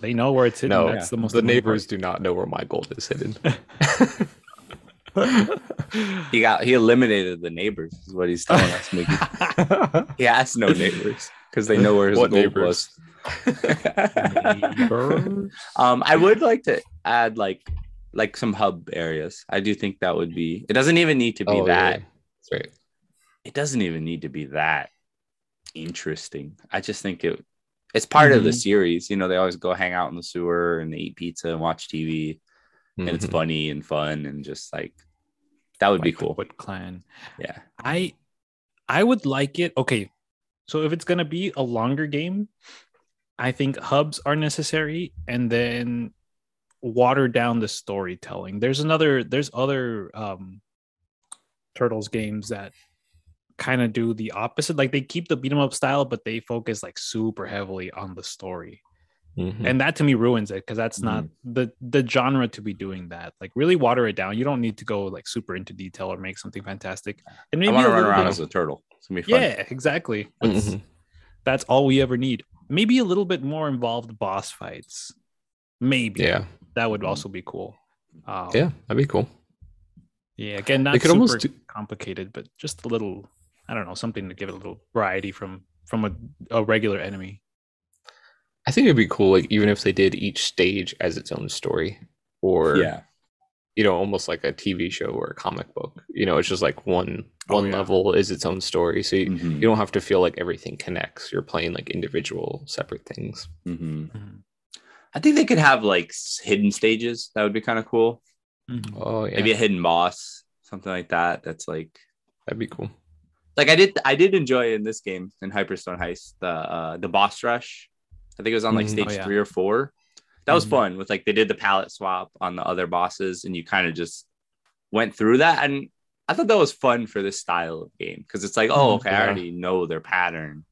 C: They know where it's hidden.
A: No,
C: That's the most
A: the
C: annoying
A: neighbors do not know where my gold is hidden.
B: He got he eliminated the neighbors. Is what he's telling us, Mickey. He has no neighbors because they know where his
A: What
B: gold
A: neighbors?
C: <laughs>
B: was.
C: part. Neighbors?
B: <laughs> um, I would like to add like like some hub areas. I do think that would be. It doesn't even need to be
A: Oh, yeah,
B: that.
A: yeah. That's right.
B: It doesn't even need to be that interesting. I just think it. It's part of the
C: Mhm.
B: series. You know, they always go hang out in the sewer and they eat pizza and watch TV, and it's
A: Mhm.
B: funny and fun and just like that would be
C: Mm-hmm. Like
B: cool.
C: the Wood clan.
B: Yeah.
C: I I would like it. Okay. So if it's gonna be a longer game, I think hubs are necessary and then water down the storytelling. There's another there's other um turtles games that kind of do the opposite. Like they keep the beat 'em up style, but they focus like super heavily on the story.
B: Hmm.
A: Mhm.
C: and that to me ruins it because that's not the the genre to be doing that like really water it down you don't need to go like super into detail or make something fantastic and
B: I
C: maybe
B: want
C: a
B: to run
C: little
B: around
C: bit-
B: as a turtle. It's gonna be fun.
C: yeah exactly Let's-
A: Mhm.
C: that's all we ever need maybe a little bit more involved boss fights maybe
A: Yeah.
C: that would also be cool um,
A: Yeah. That'd be cool.
C: yeah again not
A: They could
C: super
A: almost do-
C: complicated but just a little i don't know something to give it a little variety from from a, a regular enemy
A: I think it'd be cool, like even if they did each stage as its own story, or
B: Yeah.
A: you know, almost like a TV show or a comic book. You know, it's just like one
C: Oh,
A: one
C: yeah.
A: level is its own story, so you,
B: Mhm.
A: you don't have to feel like everything connects. You're playing like individual, separate things. mm-hmm.
B: Mhm.
C: Mm-hmm.
B: I think they could have like s- hidden stages. That would be kind of cool.
C: Mhm.
A: Oh yeah,
B: Maybe a hidden boss, something like that. That's like
A: that'd be cool.
B: like I did I did enjoy in this game in Hyperstone Heist the uh, the boss rush. I think it was on like
A: Mhm.
B: stage
C: Oh, yeah.
B: three or four. That was
A: Mm-hmm.
C: Mhm.
B: fun with like they did the palette swap on the other bosses and you kind of just went through that and I thought that was fun for this style of game because it's like oh
A: Mhm.
B: okay I
A: Yeah.
B: already know their pattern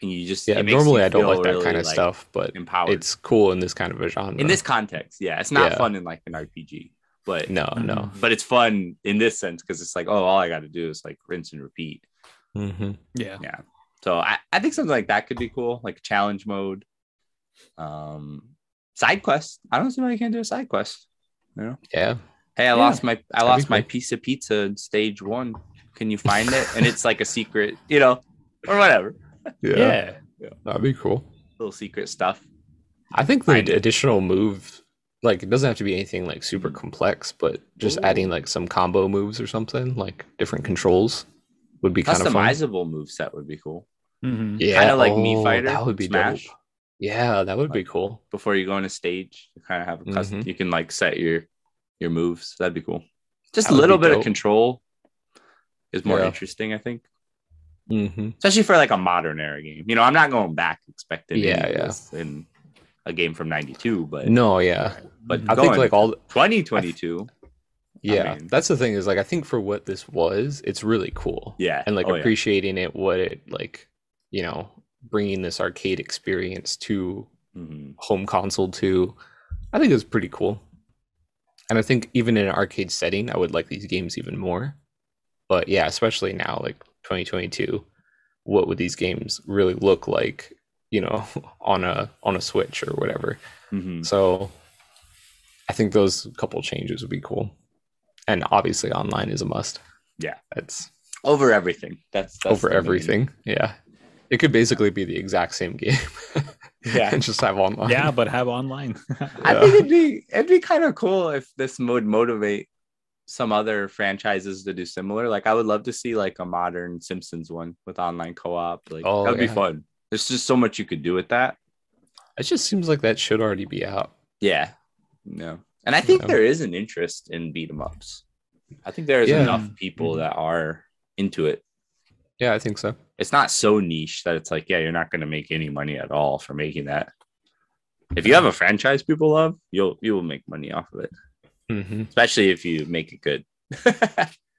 B: and you just
A: Yeah,
B: it makes you
A: normally I don't
B: feel
A: like that
B: really,
A: kind of stuff, but
B: empowered
A: it's cool in this kind of a genre.
B: in this context yeah it's not
A: Yeah. Mm.
B: fun in like an RPG but
A: no, no.
C: Mhm.
B: but it's fun in this sense because it's like oh all I got to do is like rinse and repeat
A: Mm-hmm.
C: yeah
B: So I, I think something like that could be cool, like challenge mode. Um side quest. I don't see why you can't do a side quest.
A: Yeah,
B: Hey, I
C: Yeah.
B: lost my I
A: be
B: lost my
A: cool.
B: piece of pizza in stage one. Can you find it? And it's like a secret, you know, or whatever.
C: Yeah.
A: that'd be cool.
B: Little secret stuff.
A: I think the
B: Find it.
A: additional move, like it doesn't have to be anything like super complex, but just
B: Mm-hmm. Ooh.
A: adding like some combo moves or something, like different controls, would be kind of fun.
B: Customizable move set would be cool.
C: Mhm.
A: Yeah,
B: Kinda like Mii
A: oh,
B: Fighter,
A: That would be
B: Smash.
A: dope. Yeah, that would be cool.
B: Before you go on a stage, you kind of have a custom.
A: Mhm.
B: You can like set your your moves. That'd be cool. Just a
A: That would
B: little
A: be
B: bit of
A: dope.
B: control is more
A: Yeah.
B: interesting, I think,
A: Mm-hmm.
B: especially for like a modern era game. You know, I'm not going back expecting yeah,
A: Yeah, yeah.
B: yeah. in a game from '92, but
A: No, yeah,
B: but
C: Mm-hmm.
A: I think
B: going
A: like all
B: 2022,
A: Yeah,
B: mean-
A: that's the thing is like I think for what this was, it's really cool.
B: yeah,
A: And like
B: oh, yeah.
A: appreciating it, what it like, you know, bringing this arcade experience to
B: Mhm.
A: home console to, I think is pretty cool. And I think even in an arcade setting, I would like these games even more. But yeah, especially now, like 2022, what would these games really look like, you know, <laughs> on a on a Switch or whatever?
B: Mhm.
A: So I think those couple changes would be cool. And obviously online is a must.
B: Yeah.
A: That's,
B: over everything. That's, that's
A: over
B: the main-
A: everything. Yeah. It could basically be the exact same <laughs> game.
B: Yeah.
A: and <laughs> just have online.
C: Yeah, but have online.
B: I
A: Yeah.
B: think it'd be it'd be kind of cool if this would motivate some other franchises to do similar. Like I would love to see like a modern Simpsons one with online co-op. Like
A: Oh,
B: that'd
A: yeah.
B: be fun. There's just so much you could do with that.
A: It just seems like that should already be out.
B: Yeah. No. And I think
A: Yeah.
B: there is an interest in beat 'em ups. I think there's
A: Yeah. Mm-hmm.
B: enough people
C: Mhm.
B: that are into it.
A: Yeah, I think so.
B: It's not so niche that it's like, yeah, you're not gonna make any money at all for making that. If you have a franchise people love, you'll you will make money off of it.
A: Mm-hmm.
B: especially if you make it good. <laughs> put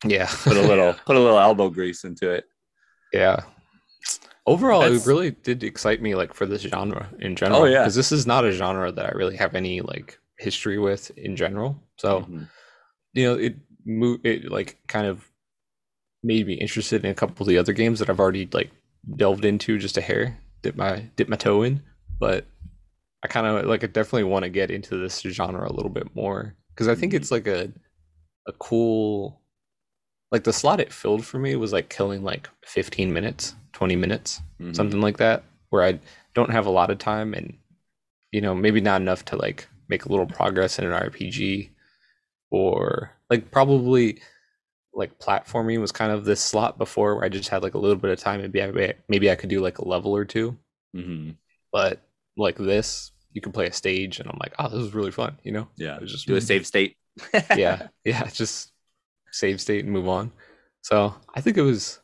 A: Yeah.
B: a little, put a little elbow grease into it.
A: <laughs> yeah. Overall,
B: That's- Oh,
A: it really did excite me like for this genre in general.
B: yeah.
A: Because this is not a genre that I really have any like history with in general. So
B: Mhm.
A: you know it mo- it like kind of made me interested in a couple of the other games that I've already like delved into just a hair dip my dip my toe in but I kind of like I definitely want to get into this genre a little bit more cuz I think it's like a a cool like the slot it filled for me was like killing like 15 minutes 20 minutes
B: Mhm.
A: something like that where I don't have a lot of time and you know maybe not enough to like make a little progress in an RPG or like probably like platforming was kind of this slot before where I just had like a little bit of time maybe I maybe I could do like a level or two
B: Mhm.
A: but like this you can play a stage and I'm like oh this is really fun you know
B: Yeah,
A: It was just
B: do a save state.
A: yeah, yeah, just save state and move on. So I think it was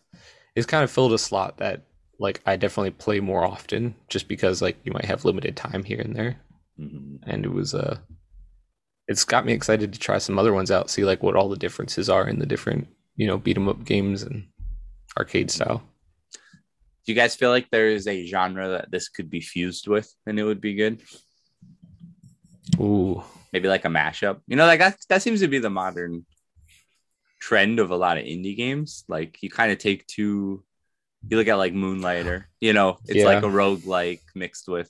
A: it's kind of filled a slot that like I definitely play more often just because like you might have limited time here and there.
B: Mhm.
A: And it was uh it's got me excited to try some other ones out, see like what all the differences are in the different, you know, beat 'em up games and arcade style.
B: Do you guys feel like there is a genre that this could be fused with, and it would be good?
A: Ooh.
B: Maybe like a mashup. You know, like that, that seems to be the modern trend of a lot of indie games. Like you kind of take two. You look at like Moonlighter. You know, it's
A: Yeah.
B: like a roguelike mixed with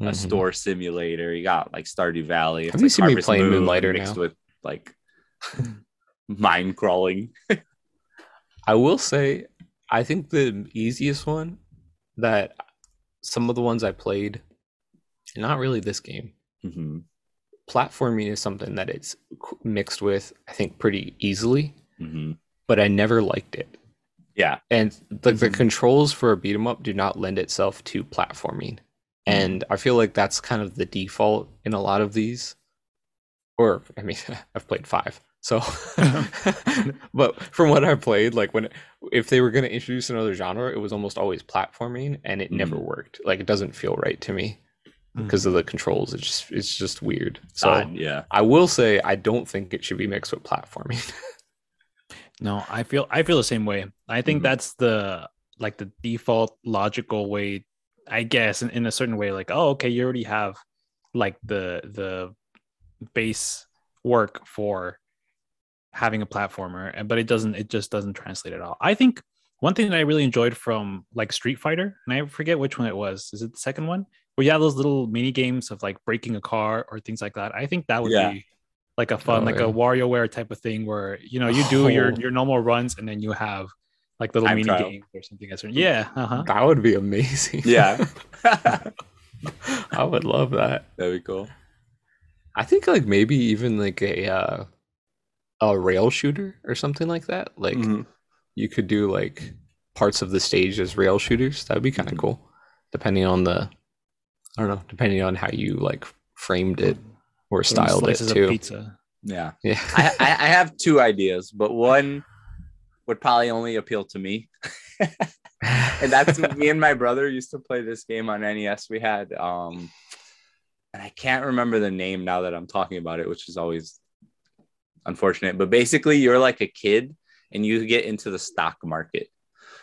B: a
A: Mhm.
B: store simulator. You got like Stardew Valley. It's
A: Have you
B: like
A: seen me
B: Harvest
A: playing
B: Moon
A: Moonlighter
B: mixed
A: now?
B: with like <laughs> mind crawling?
A: I will say, I think the easiest one that some of the ones I played, not really this game,
B: Mhm,
A: platforming is something that it's qu- mixed with, I think, pretty easily,
B: mhm.
A: but I never liked it.
B: Yeah.
A: And like the
C: Mhm.
A: controls for a beat 'em up do not lend itself to platforming. And I feel like that's kind of the default in a lot of these. Or I mean, <laughs> I've played five. So <laughs> but from what I played, like when if they were gonna introduce another genre, it was almost always platforming and it never worked. Like it doesn't feel right to me because of the controls. It's just it's just weird. So
B: Odd,
A: <laughs>
B: yeah.
A: I will say I don't think it should be mixed with platforming. <laughs>
C: No, I feel I feel the same way. I think
A: Mm-hmm.
B: Mhm.
C: that's the like the default logical way, I guess, in, in a certain way, like, oh, okay, you already have like the the base work for having a platformer, and but it doesn't it just doesn't translate at all. I think one thing that I really enjoyed from like Street Fighter, and I forget which one it was, is it the second one? Where you have those little mini games of like breaking a car or things like that. I think that would
B: Yeah.
C: be like a fun,
A: Oh,
C: like
A: yeah.
C: a WarioWare type of thing where you know you do your
A: Oh.
C: your normal runs and then you have like little
B: Time
C: mini
B: trial.
C: games or something. As yeah, uh huh.
A: That would be amazing.
B: Yeah. <laughs> That'd
A: <laughs> I would love that.
B: be cool.
A: I think like maybe even like a uh, a rail shooter or something like that. Like
B: Mhm.
A: you could do like parts of the stage as rail shooters. That'd be kind of
B: Mhm.
A: cool, depending on the I don't know, depending on how you like framed it or
C: Put 'em
A: styled it
C: slices of
A: too.
C: pizza.
A: <laughs>
B: Yeah.
A: Yeah,
B: I, I I have two ideas, but one would probably only appeal to me. <laughs> And
C: <laughs>
B: that's me and my brother used to play this game on NES. We had um and I can't remember the name now that I'm talking about it, which is always unfortunate. But basically you're like a kid and you get into the stock market.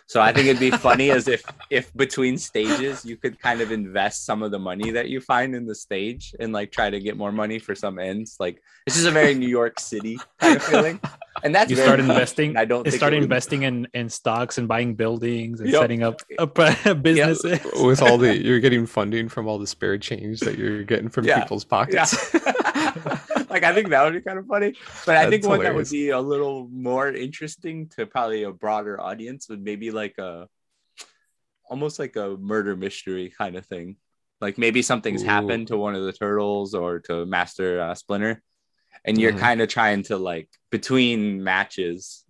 B: So I think it'd be funny as
C: <laughs>
B: if if between stages you could kind of invest some of the money that you find in the stage and like try to get more money for some ends. Like this is a very New York City kind of feeling. And that's
C: You
B: very <laughs>
C: start
B: fun.
C: investing.
B: I don't
C: They
B: think it
C: start
B: would-
C: investing in in stocks and buying buildings and
B: Yep.
C: setting up a <laughs> businesses.
A: <laughs> with all the you're getting funding from all the spare change that you're getting from
B: Yeah.
A: people's
B: Yeah.
A: pockets.
B: <laughs> like I think that would be kind of funny. But I think
A: That's
B: one that would
A: hilarious.
B: be a little more interesting to probably a broader audience would maybe like a almost like a murder mystery kind of thing. Like maybe something's
A: Ooh.
B: happened to one of the turtles or to Master uh, Splinter, and you're
A: Mhm.
B: kind of trying to like between matches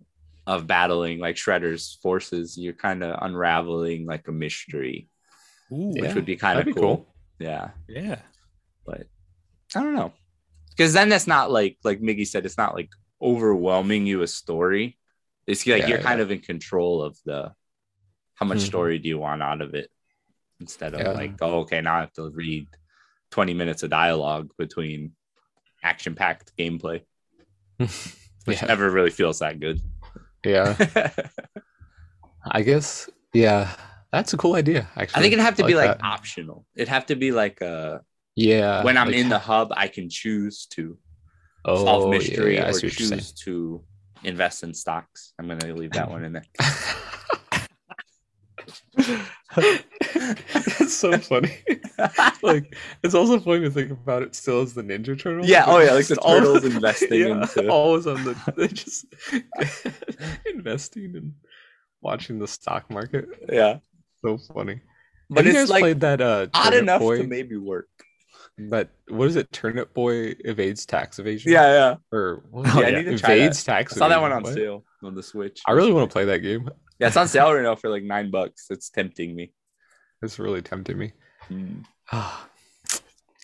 B: of battling like Shredder's forces, you're kind of unraveling like a mystery,
C: Ooh,
B: which
A: Yeah,
B: would be kind of
A: <laughs> that'd be
B: cool.
A: cool.
B: Yeah
C: yeah.
B: but I don't know. Because then that's not like like Miggy said, it's not like overwhelming you a story. It's like
A: Yeah,
B: you're
A: yeah.
B: kind of in control of the how much
A: Mhm.
B: story do you want out of it instead of
A: Yeah.
B: like, oh, okay, now I have to read 20 minutes of dialogue between action packed
A: <laughs>
B: gameplay, which
A: Yeah.
B: never really feels that good.
A: yeah, I guess. Yeah, that's a cool idea. Actually,
B: <laughs> I think it'd have to
A: I
B: be like
A: that.
B: optional. It'd have to be like uh
A: yeah.
B: when I'm
A: like-
B: in the hub, I can choose to
A: oh,
B: solve
A: yeah,
B: mystery
A: yeah, I
B: or
A: see what you're saying.
B: choose
A: <laughs>
B: to invest in stocks. I'm gonna leave that one in
A: <laughs>
B: there. <laughs>
A: That's so funny. <laughs> like it's also funny to think about it still as the Ninja Turtles.
B: yeah.
A: but
B: Oh yeah. Like the
A: just all- <laughs>
B: turtles investing
A: yeah,
B: into.
A: always on the <laughs> they just investing and watching the stock market.
B: Yeah.
A: So funny.
B: But
A: Have you
B: it's
A: guys
B: like
A: played that uh
B: odd
A: Turnip
B: enough
A: Boy?
B: to maybe work.
A: That what is it? Turnip Boy evades tax evasion.
B: Yeah. Oh, Yeah.
A: Or what?
C: Yeah, I
A: Yeah,
B: need to try
A: evades
B: I
A: tax.
B: saw that
A: evasion,
B: one on
A: what?
B: sale on the Switch.
A: I really want to play that game.
B: Yeah, it's on sale right now for like nine bucks. It's tempting me.
A: It's really tempting me. <sighs> Hmm. I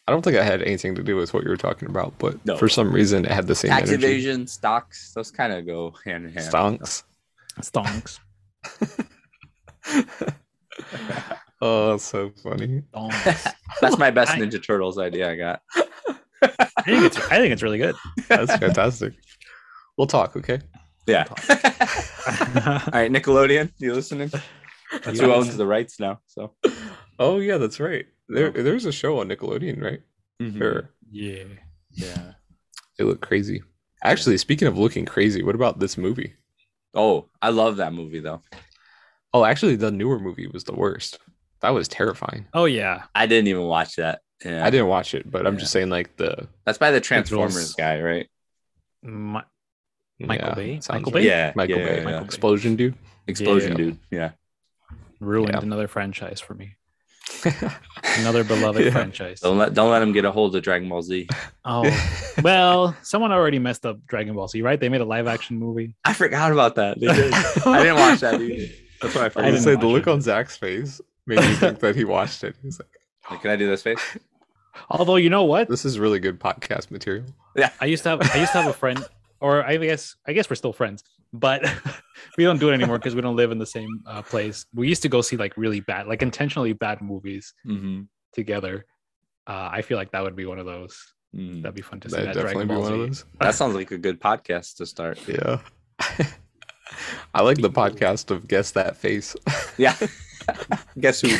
A: don't think I had anything to do with what you were talking about, but
B: No.
A: for some reason it had the same
B: Tax
A: energy.
B: evasion, stocks, those kind of go hand in hand.
A: <laughs> Stonks. <laughs>
C: Stonks.
A: oh, that's so funny.
C: Stonks.
B: <laughs> That's my best
C: I-
B: Ninja Turtles idea I got.
C: I think it's I think it's
A: <laughs>
C: really good.
A: That's fantastic. We'll talk, okay?
B: Yeah.
C: yeah,
B: <laughs>
C: <laughs>
B: All right, Nickelodeon, you listening? That's who owns
A: awesome.
B: the rights now. So.
A: Oh yeah, that's right. There, there's a show on Nickelodeon, right? Mm-hmm. Sure.
B: Yeah.
A: It looked crazy. Actually, speaking of looking crazy, what about this movie?
B: Oh, I love that movie though.
A: Oh, actually, the newer movie was the worst. That was terrifying.
C: Oh yeah.
B: I didn't even watch that. Yeah.
A: I didn't watch it, but I'm
B: Yeah.
A: just saying, like the
B: That's by the
C: Controls.
B: Transformers guy, right?
C: Mi- Michael
A: yeah,
C: Bay?
A: sounds
C: Michael
A: right.
C: Bay?
B: Yeah.
A: Michael
B: yeah,
A: Bay,
B: yeah.
C: Michael Bay.
A: explosion dude.
B: Explosion
A: Yeah.
B: dude. Yeah.
C: ruined
A: Yeah.
C: another franchise for
A: <laughs>
C: me. Another beloved
A: Yeah.
C: franchise.
B: Don't let don't let him get a hold of Dragon Ball Z.
C: Oh well, someone already messed up Dragon Ball Z, right? They made a live action movie.
B: I forgot about that. They <laughs>
C: <laughs>
B: did. I
A: I
B: didn't watch that either. That's why I
A: I
C: I
B: forgot.
A: would
C: didn't
A: say the
C: watch
A: look
C: it.
A: on Zach's face made me think that he watched it. He was like,
B: Like, Can I do this face?
C: Although you know what?
A: "This is really good podcast material."
C: I used to have I used to have a friend, or I guess I guess we're still friends, but <laughs> we don't do it anymore because we don't live in the same uh, place. We used to go see like really bad, like intentionally bad movies
B: Mm-hmm.
C: together. Uh, I feel like that would be one of those. That'd be fun to see.
A: That'd
C: That,
A: definitely be
C: Dragon Ball
A: one
C: Z.
A: of those.
B: Mm-hmm. That sounds like a good podcast to start.
A: Yeah. <laughs> I like the
C: Be cool.
A: podcast of guess that face. <laughs>
B: Yeah. <laughs> Guess who?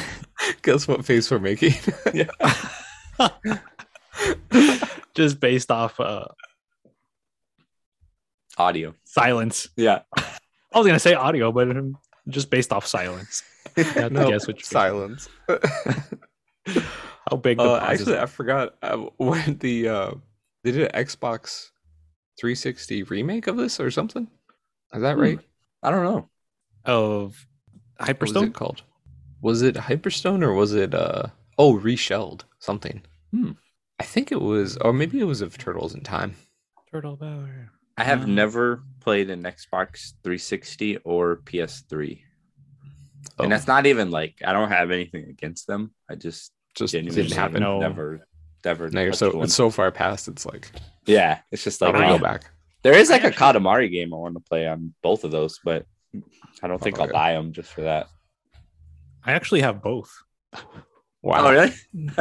A: guess what face we're making.
C: <laughs> Just based off uh,
B: Audio.
C: silence.
B: Yeah.
C: I was gonna say audio, but um, just based off silence. You have to guess which- <laughs>
A: silence. Oh,
C: How big the
A: Uh,
C: pause is.
A: actually, I forgot uh, when the uh, they did an Xbox 360 remake of this or something? Is that
B: Hmm.
A: right?
B: I don't know.
C: of
A: What was
C: Hyperstone.
A: it called? Was it Hyperstone or was it uh oh reshelled something?
B: Hmm.
A: I think it was, or maybe it was of Turtles in Time.
C: Turtle Power.
B: I have
C: Um,
B: never played an Xbox 360 or PS3.
A: Oh,
B: And that's not even like I don't have anything against them. I just
A: just
B: genuinely
A: didn't happen.
C: no.
B: never never
A: Now you're
B: touched
A: so
B: one.
A: it's so far past. It's like
B: Yeah, it's just
A: I
B: like Oh,
A: don't
C: I-
A: go back.
B: there is like
C: I
B: a Katamari game I want to play on both of those, but I don't think
A: Oh,
B: I'll
A: yeah.
B: buy them just for that.
C: I actually have both.
A: Wow,
B: Oh, really?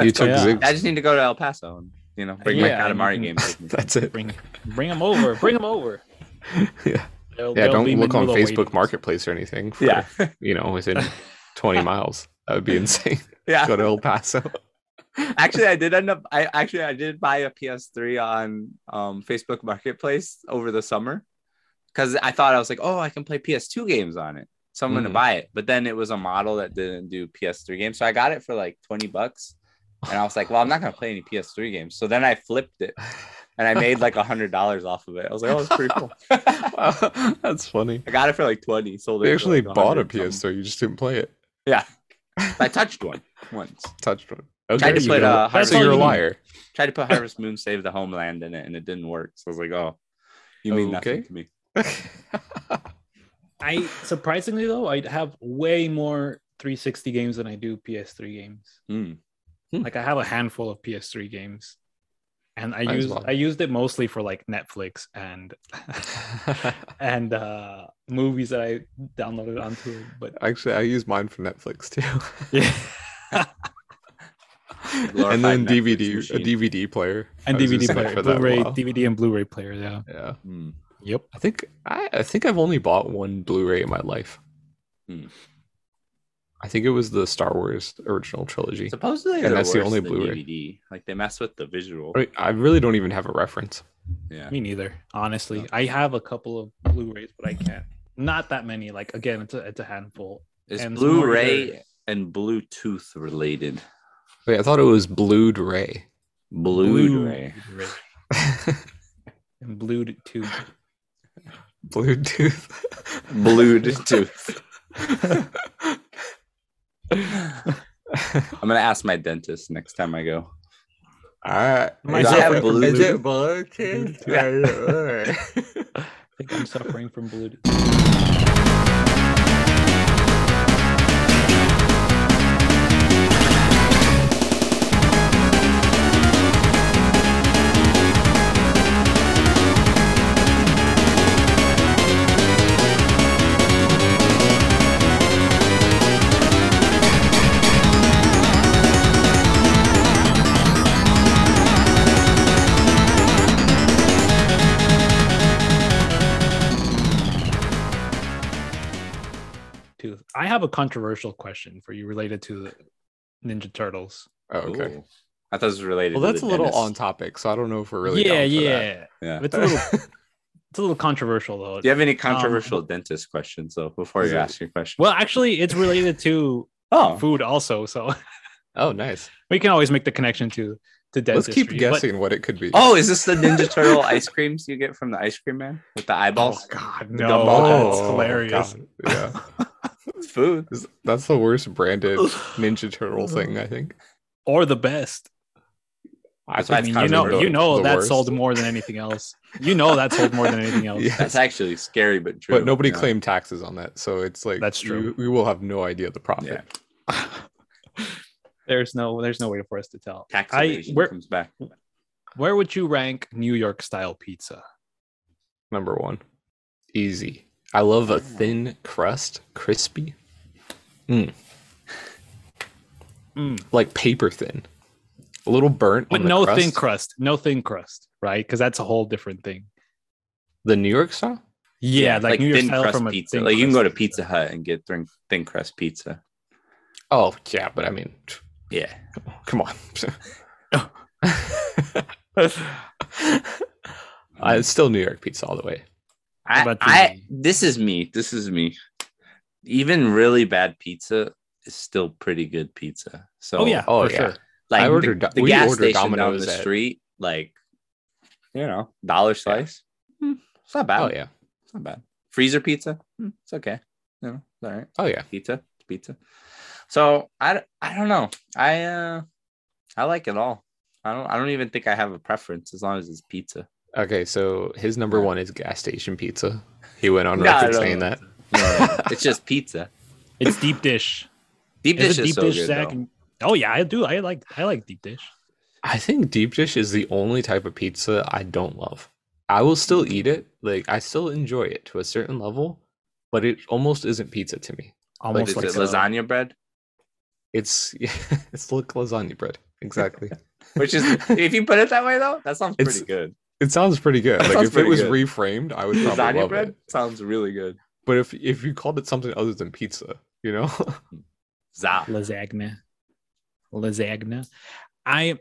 A: you took
C: Yeah.
A: <laughs> Ziggs.
B: I just need to go to El Paso and you know bring
C: Yeah,
B: my
C: you
B: Katamari
C: can-
B: game. with me.
A: That's it.
C: Bring bring them over. Bring them over.
A: <laughs> Yeah,
C: They'll-
A: yeah.
C: they'll
A: Don't
C: be
A: look on
C: Manila
A: Facebook
C: waiting.
A: Marketplace or anything.
B: <laughs>
A: for,
B: yeah,
A: you know within 20 miles. That would be insane.
B: <laughs> yeah.
A: go to El
B: <laughs>
A: Paso. <laughs>
B: actually i did end up i actually i did buy a ps3 on um facebook marketplace over the summer because i thought i was like oh i can play ps2 games on it so i'm gonna
A: Mhm.
B: buy it but then it was a model that didn't do ps3 games so i got it for like 20 bucks and i was like well i'm not gonna play any ps3 games so then i flipped it and i made like a hundred dollars off of it i was like oh that's pretty cool i
A: Wow, that's funny.
B: got it for like 20 sold it
A: They
B: for,
A: actually
B: like,
A: bought a
B: 100 something.
A: PS3. You just didn't play it. <laughs>
B: i touched one once
A: Touched one.
B: tried to
A: so
B: put
A: you're-
B: uh
C: That's
B: Harvest
A: so
C: all
A: you're a
C: you need.
A: liar.
B: tried to
A: <laughs>
B: put Harvest Moon Save the Homeland in it and it didn't work. So I was like, oh, you mean nothing
A: Okay.
B: to me.
C: I surprisingly though, I have way more 360 games than I do PS3 games.
B: Hmm.
C: Like I have a handful of PS3 games, and I
A: Might as
C: use
A: well.
C: I used it mostly for like Netflix and and uh movies that I downloaded onto it.
A: <laughs>
C: But
A: <laughs> Actually, I use mine for Netflix too,
C: yeah,
A: <laughs> and
B: Glorified
A: then
B: Netflix
A: DVD, a
B: machine.
A: DVD player,
C: and
A: I was
C: DVD
A: using it
C: player,
A: for that
C: Blu-ray,
A: while.
C: DVD and Blu-ray player. Yeah.
A: Yeah,
B: Hmm.
C: Yep.
A: I think I, I think I've only bought one Blu-ray in my life.
B: Hmm.
A: I think it was the Star Wars original trilogy.
B: Supposedly,
A: And
B: they're
A: that's the
B: worse
A: only
B: than
A: Blu-ray.
B: DVD. Like they mess with the visual.
A: I I really don't even have a reference.
B: Yeah.
C: Me neither. Honestly, I have a couple of Blu-rays, but I can't. Not that many. Like again, it's a it's a handful.
B: It's
C: And it's more
B: Blu-ray
C: either-
B: and Bluetooth related.
A: Wait, I thought it was Blued Ray.
B: Blu-ray.
C: Blu-ray. and blued tube.
A: <laughs> <laughs> Bluetooth. <laughs>
B: Bluetooth. I'm gonna ask my dentist next time I go.
A: Alright.
C: Am I
A: Is
C: suffering
A: it-
B: from
A: is it <laughs> Bluetooth? <laughs>
C: I think I'm suffering from blued. tooth. I have a controversial question for you related to the Ninja Turtles.
A: Oh, okay.
B: Ooh. I thought it was related.
A: Well,
B: to
A: that's a
B: the
A: little
B: dentist.
A: on topic, so I don't know if we're really.
C: yeah,
A: down for that.
C: yeah.
B: Yeah. Do
C: It's a little it's a little controversial though.
B: you have any controversial dentist questions though before
A: Is
B: you
A: it-
B: ask your question?
C: Um, Well, actually, it's related to
B: Oh,
C: food also, so <laughs>
A: Oh, nice.
C: we can always make the connection to to
A: Let's
C: dentistry.
A: keep
C: but-
A: guessing what it could be.
B: Oh, is this the Ninja Turtle ice creams you get from the ice cream man with the
C: Oh
B: eyeballs?
C: God,
B: The
C: no!
B: gumball
C: That's
B: heads.
C: hilarious.
A: Oh, God. Yeah,
B: It's food.
A: Is- that's the worst <laughs> branded Ninja Turtle thing I think.
C: Or the best.
A: I
B: That's
C: I
A: think
C: mean,
A: it's
C: you know,
A: probably the-
C: you know
A: the
C: that
A: worst.
C: sold more than anything else. You know that sold more
A: <laughs>
C: than anything else.
A: Yeah.
B: That's actually scary, but true.
A: But nobody
B: Yeah.
A: claimed taxes on that, so it's like
C: That's true.
A: You, we will have no idea the profit.
B: Yeah.
C: there's no, there's no way for us to tell.
B: Tax
C: I-
B: evasion
C: we're-
B: comes back.
C: Where would you rank New York style pizza?
A: Number one, easy. I love a thin crust, crispy,
C: Mm.
A: like paper thin, a little burnt,
C: But
A: on the
C: no
A: crust.
C: thin crust, no thin crust, right? Because that's a whole different thing.
A: The New York style.
C: Yeah, like, New York
B: thin
C: style
B: crust
C: from a
B: pizza.
C: thin
B: Like you can
C: crust
B: go to
C: pizza.
B: Pizza Hut and get thin, thin crust pizza.
A: Oh yeah, but I mean, pff,
B: Yeah.
A: come
C: <laughs>
A: on. <laughs> I it's Uh, still New York pizza all the way.
C: How
B: I,
C: about
B: I
C: the-
B: this is me. This is me. Even really bad pizza is still pretty good pizza. So
C: Oh yeah,
A: Oh,
C: for
A: yeah.
C: sure.
B: like
A: I
B: the-
A: ordered Do-
B: the,
A: we
B: gas
A: ordered
B: station down
A: Domino's
B: the
A: at-
B: street, like you know, dollar slice.
C: Hmm.
B: It's not bad.
A: Oh yeah.
B: It's not bad. Freezer pizza. Hmm, It's okay. You know, it's all right.
A: Oh yeah.
B: Pizza. It's pizza. So I, d- I don't know. I uh I like it all. I don't I don't even think I have a preference as long as it's pizza.
A: Okay, so his number one is gas station pizza. He went on
B: No,
A: record
B: no,
A: saying
B: no.
A: that.
B: You know what I mean? it's just pizza.
C: It's deep dish.
B: Deep
C: Is
B: dish
C: it
B: is
C: deep
B: so
C: dish,
B: good.
C: Zach?
B: though.
C: Oh yeah, I do. I like I like deep dish.
A: I think deep dish is the only type of pizza I don't love. I will still eat it. Like I still enjoy it to a certain level, but it almost isn't pizza to me.
B: But
C: Almost
B: is
C: like
B: it
C: a-
B: lasagna bread?
A: It's <laughs> it's like lasagna bread. Exactly.
B: Which is if you put it that way though, that sounds
A: It's-
B: pretty good.
A: <laughs> It sounds pretty good.
B: That
A: Like
B: sounds
A: if <laughs> it
B: pretty
A: was
B: good.
A: reframed, I would probably
B: Lasagna
A: love
B: bread
A: it.
B: sounds really good.
A: But if if you called it something other than pizza, you know, <laughs>
B: Zap.
C: lasagna lasagna i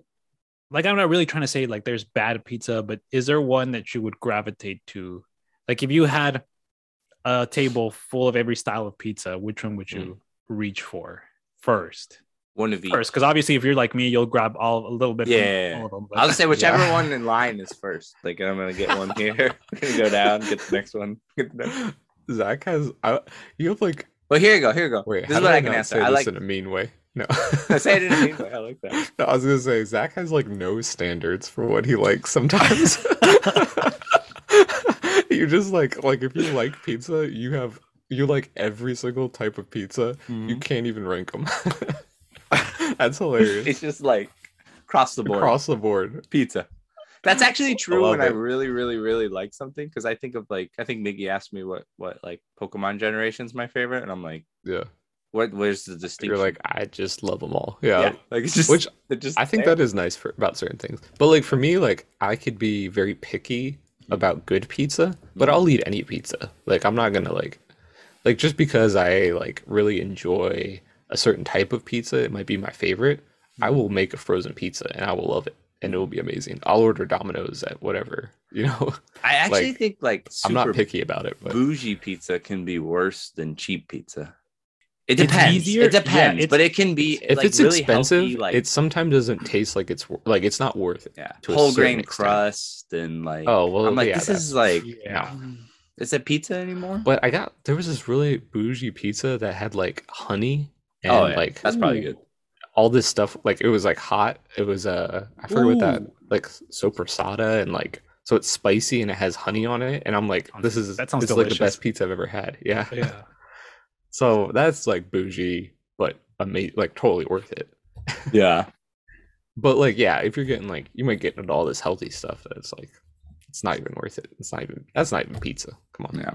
C: like i'm not really trying to say like there's bad pizza but is there one that you would gravitate to like if you had a table full of every style of pizza which one would you
B: Hmm.
C: reach for first
B: One of each.
C: first because obviously if you're like me you'll grab all a little bit from
B: Yeah.
C: all of them, but-
B: I'll say whichever
A: Yeah.
B: one in line is first. Like I'm gonna get one here. <laughs> I'm gonna go down, get the next one. Get the next-
A: Zach has. I, you have like.
B: Well, here you go. Here you go.
A: Wait,
B: this is
A: how do
B: what I,
A: I
B: can
A: not
B: answer.
A: Say
B: I
A: this
B: like.
A: in a mean way. No,
B: I <laughs> say it in a mean way. I like that.
A: <laughs> No, I was gonna say Zach has like no standards for what he likes sometimes. <laughs> you just like like if you like pizza, you have you like every single type of pizza.
B: <laughs> Mm-hmm.
A: You can't even rank them. <laughs> That's hilarious.
B: It's just like cross the board
A: Across the board.
B: pizza. That's actually true.
A: love
B: When I
A: it.
B: really, really, really like something, because I think of like I think Miggy asked me what what like Pokemon generation's my favorite, and I'm like,
A: Yeah.
B: what? Where's the distinction?
A: You're like, I just love them all.
B: yeah.
A: Yeah.
B: like it's just
A: Which
B: <laughs> they're just
A: I think
B: there.
A: that is nice for about certain things. But like for me, like I could be very picky
B: Mm-hmm.
A: about good pizza, but I'll eat any pizza. Like I'm not gonna like like just because I like really enjoy a certain type of pizza, it might be my favorite. I
B: Mm-hmm.
A: will make a frozen pizza and I will love it and it will be amazing. I'll order Domino's at whatever, <laughs> you know.
B: I actually
A: like,
B: think like super
A: I'm not picky about it, but
B: bougie pizza can be worse than cheap pizza. It
C: It's
B: depends.
C: easier-
B: It depends,
C: yeah, it's-
B: but it can be
A: if
B: like,
A: it's
B: really
A: expensive,
B: healthy, like
A: it sometimes doesn't taste like it's wor- like it's not worth it.
B: yeah,
A: to a
B: whole
A: certain
B: grain
A: extent.
B: crust and like
A: Oh well,
B: I'm like
A: yeah,
B: this
A: that-
B: is like
C: yeah
B: is it pizza anymore?
A: <laughs> But I got there was this really bougie pizza that had like honey and
B: Oh, yeah.
A: like
B: That's
C: Hmm.
B: probably good.
A: all this stuff. Like it was like hot. It was uh I forget what that
C: Ooh.
A: like sopressata and like so it's spicy and it has honey on it. And I'm like,
C: Sounds-
A: this is
C: that sounds
A: this is like the
C: delicious.
A: best pizza I've ever had. Yeah.
C: yeah
A: So that's like bougie, but amazing, like totally worth it.
B: Yeah,
A: But like, yeah, if you're getting like you might get into all this healthy stuff that it's like it's not even worth it. It's not even that's not even pizza. Come on.
B: yeah.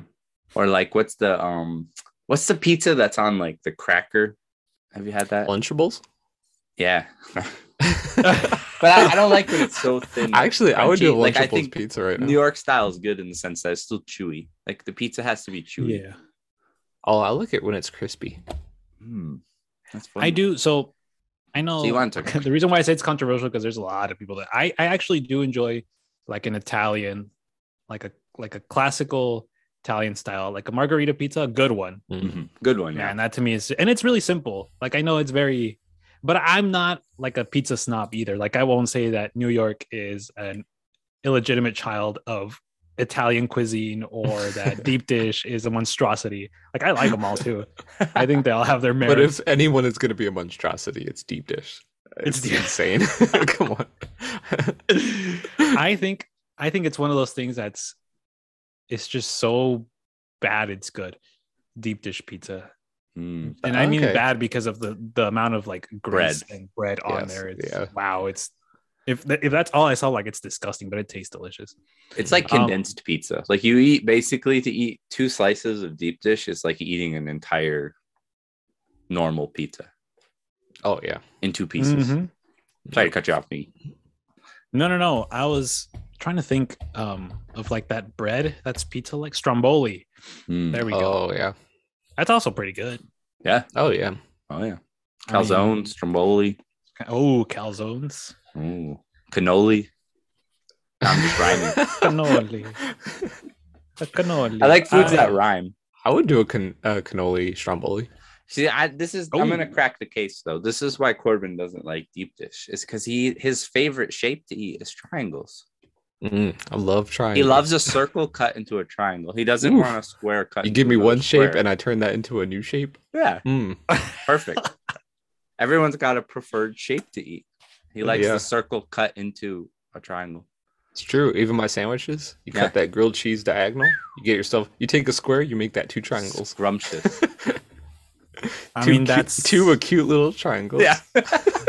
B: Or like what's the um what's the pizza that's on like the cracker? Have you had that? <laughs>
A: Lunchables? <laughs>
B: Yeah, but I, I don't like when it's so thin.
A: Actually, <laughs> I would do a
B: Crunchy. Like, I
A: Lunchables
B: think
A: pizza right now.
B: New York style is good in the sense that it's still chewy. Like the pizza has to be chewy.
C: yeah
A: Oh, I like it when it's crispy.
B: Hmm. That's funny.
C: I do. So I know
B: So you want
C: <laughs>
B: to-
C: the reason why I say it's controversial because there's a lot of people that I, I actually do enjoy like an Italian, like a like a classical Italian style, like a margarita pizza, a good one.
A: Mm.
B: Mhm. Good one.
C: Yeah.
B: Yeah.
C: And that to me is and it's really simple. Like I know it's very but I'm not like a pizza snob either. Like I won't say that New York is an illegitimate child of Italian cuisine or
A: <laughs>
C: that deep dish is a monstrosity. Like I like them all too. I think they all have their merits.
A: But if anyone is going to be a monstrosity, it's deep dish.
C: It's
A: It's,
C: deep-
A: insane. <laughs> Come
B: <laughs>
A: on.
C: I think I think it's one of those things that's it's just so bad it's good. Deep dish pizza.
B: Hmm.
C: And I mean
A: Okay.
C: bad because of the the amount of like grease and bread on
A: Yes,
C: there. It's
A: yeah.
C: wow, it's if th- if that's all I saw like it's disgusting, but it tastes delicious.
B: It's like
C: Um,
B: condensed pizza. Like you eat basically to eat two slices of deep dish is like eating an entire normal pizza
A: Oh yeah.
B: in two pieces.
A: Mm-hmm.
C: Mhm.
B: Sorry to cut you off, me.
C: No, no, no. I was trying to think um of like that bread that's pizza like stromboli.
B: Hmm.
C: There we go.
A: Oh yeah.
C: That's also pretty good.
B: Yeah.
A: Oh yeah.
B: Oh yeah.
C: I mean-
B: Calzone,
A: um,
B: stromboli,
C: Oh, calzones.
B: ooh, cannoli. I'm just
A: <laughs>
B: rhyming.
C: Cannoli. A cannoli.
B: I like foods
C: Uh,
B: that rhyme.
A: I would do a can- uh, cannoli stromboli.
B: See, I, this is
A: Oh.
B: I'm gonna
C: Ooh.
B: crack the case though. This is why Corbin doesn't like deep dish. It's because he his favorite shape to eat is triangles.
A: Mm, I love trying.
B: He loves a circle cut into a triangle. He doesn't
A: Oof.
B: want a square cut.
A: You give me
B: into another
A: one shape
B: square.
A: and I turn that into a new shape.
B: yeah,
A: Mm.
B: perfect. Everyone's got a preferred shape to eat. He likes
A: Yeah.
B: the circle cut into a triangle.
A: It's true. Even my sandwiches, you
B: Yeah.
A: cut that grilled cheese diagonal. You get yourself. You take a square. You make that two triangles.
B: Scrumptious.
C: I
A: two
C: mean,
A: cu-
C: that's
A: two acute little triangles.
B: Yeah.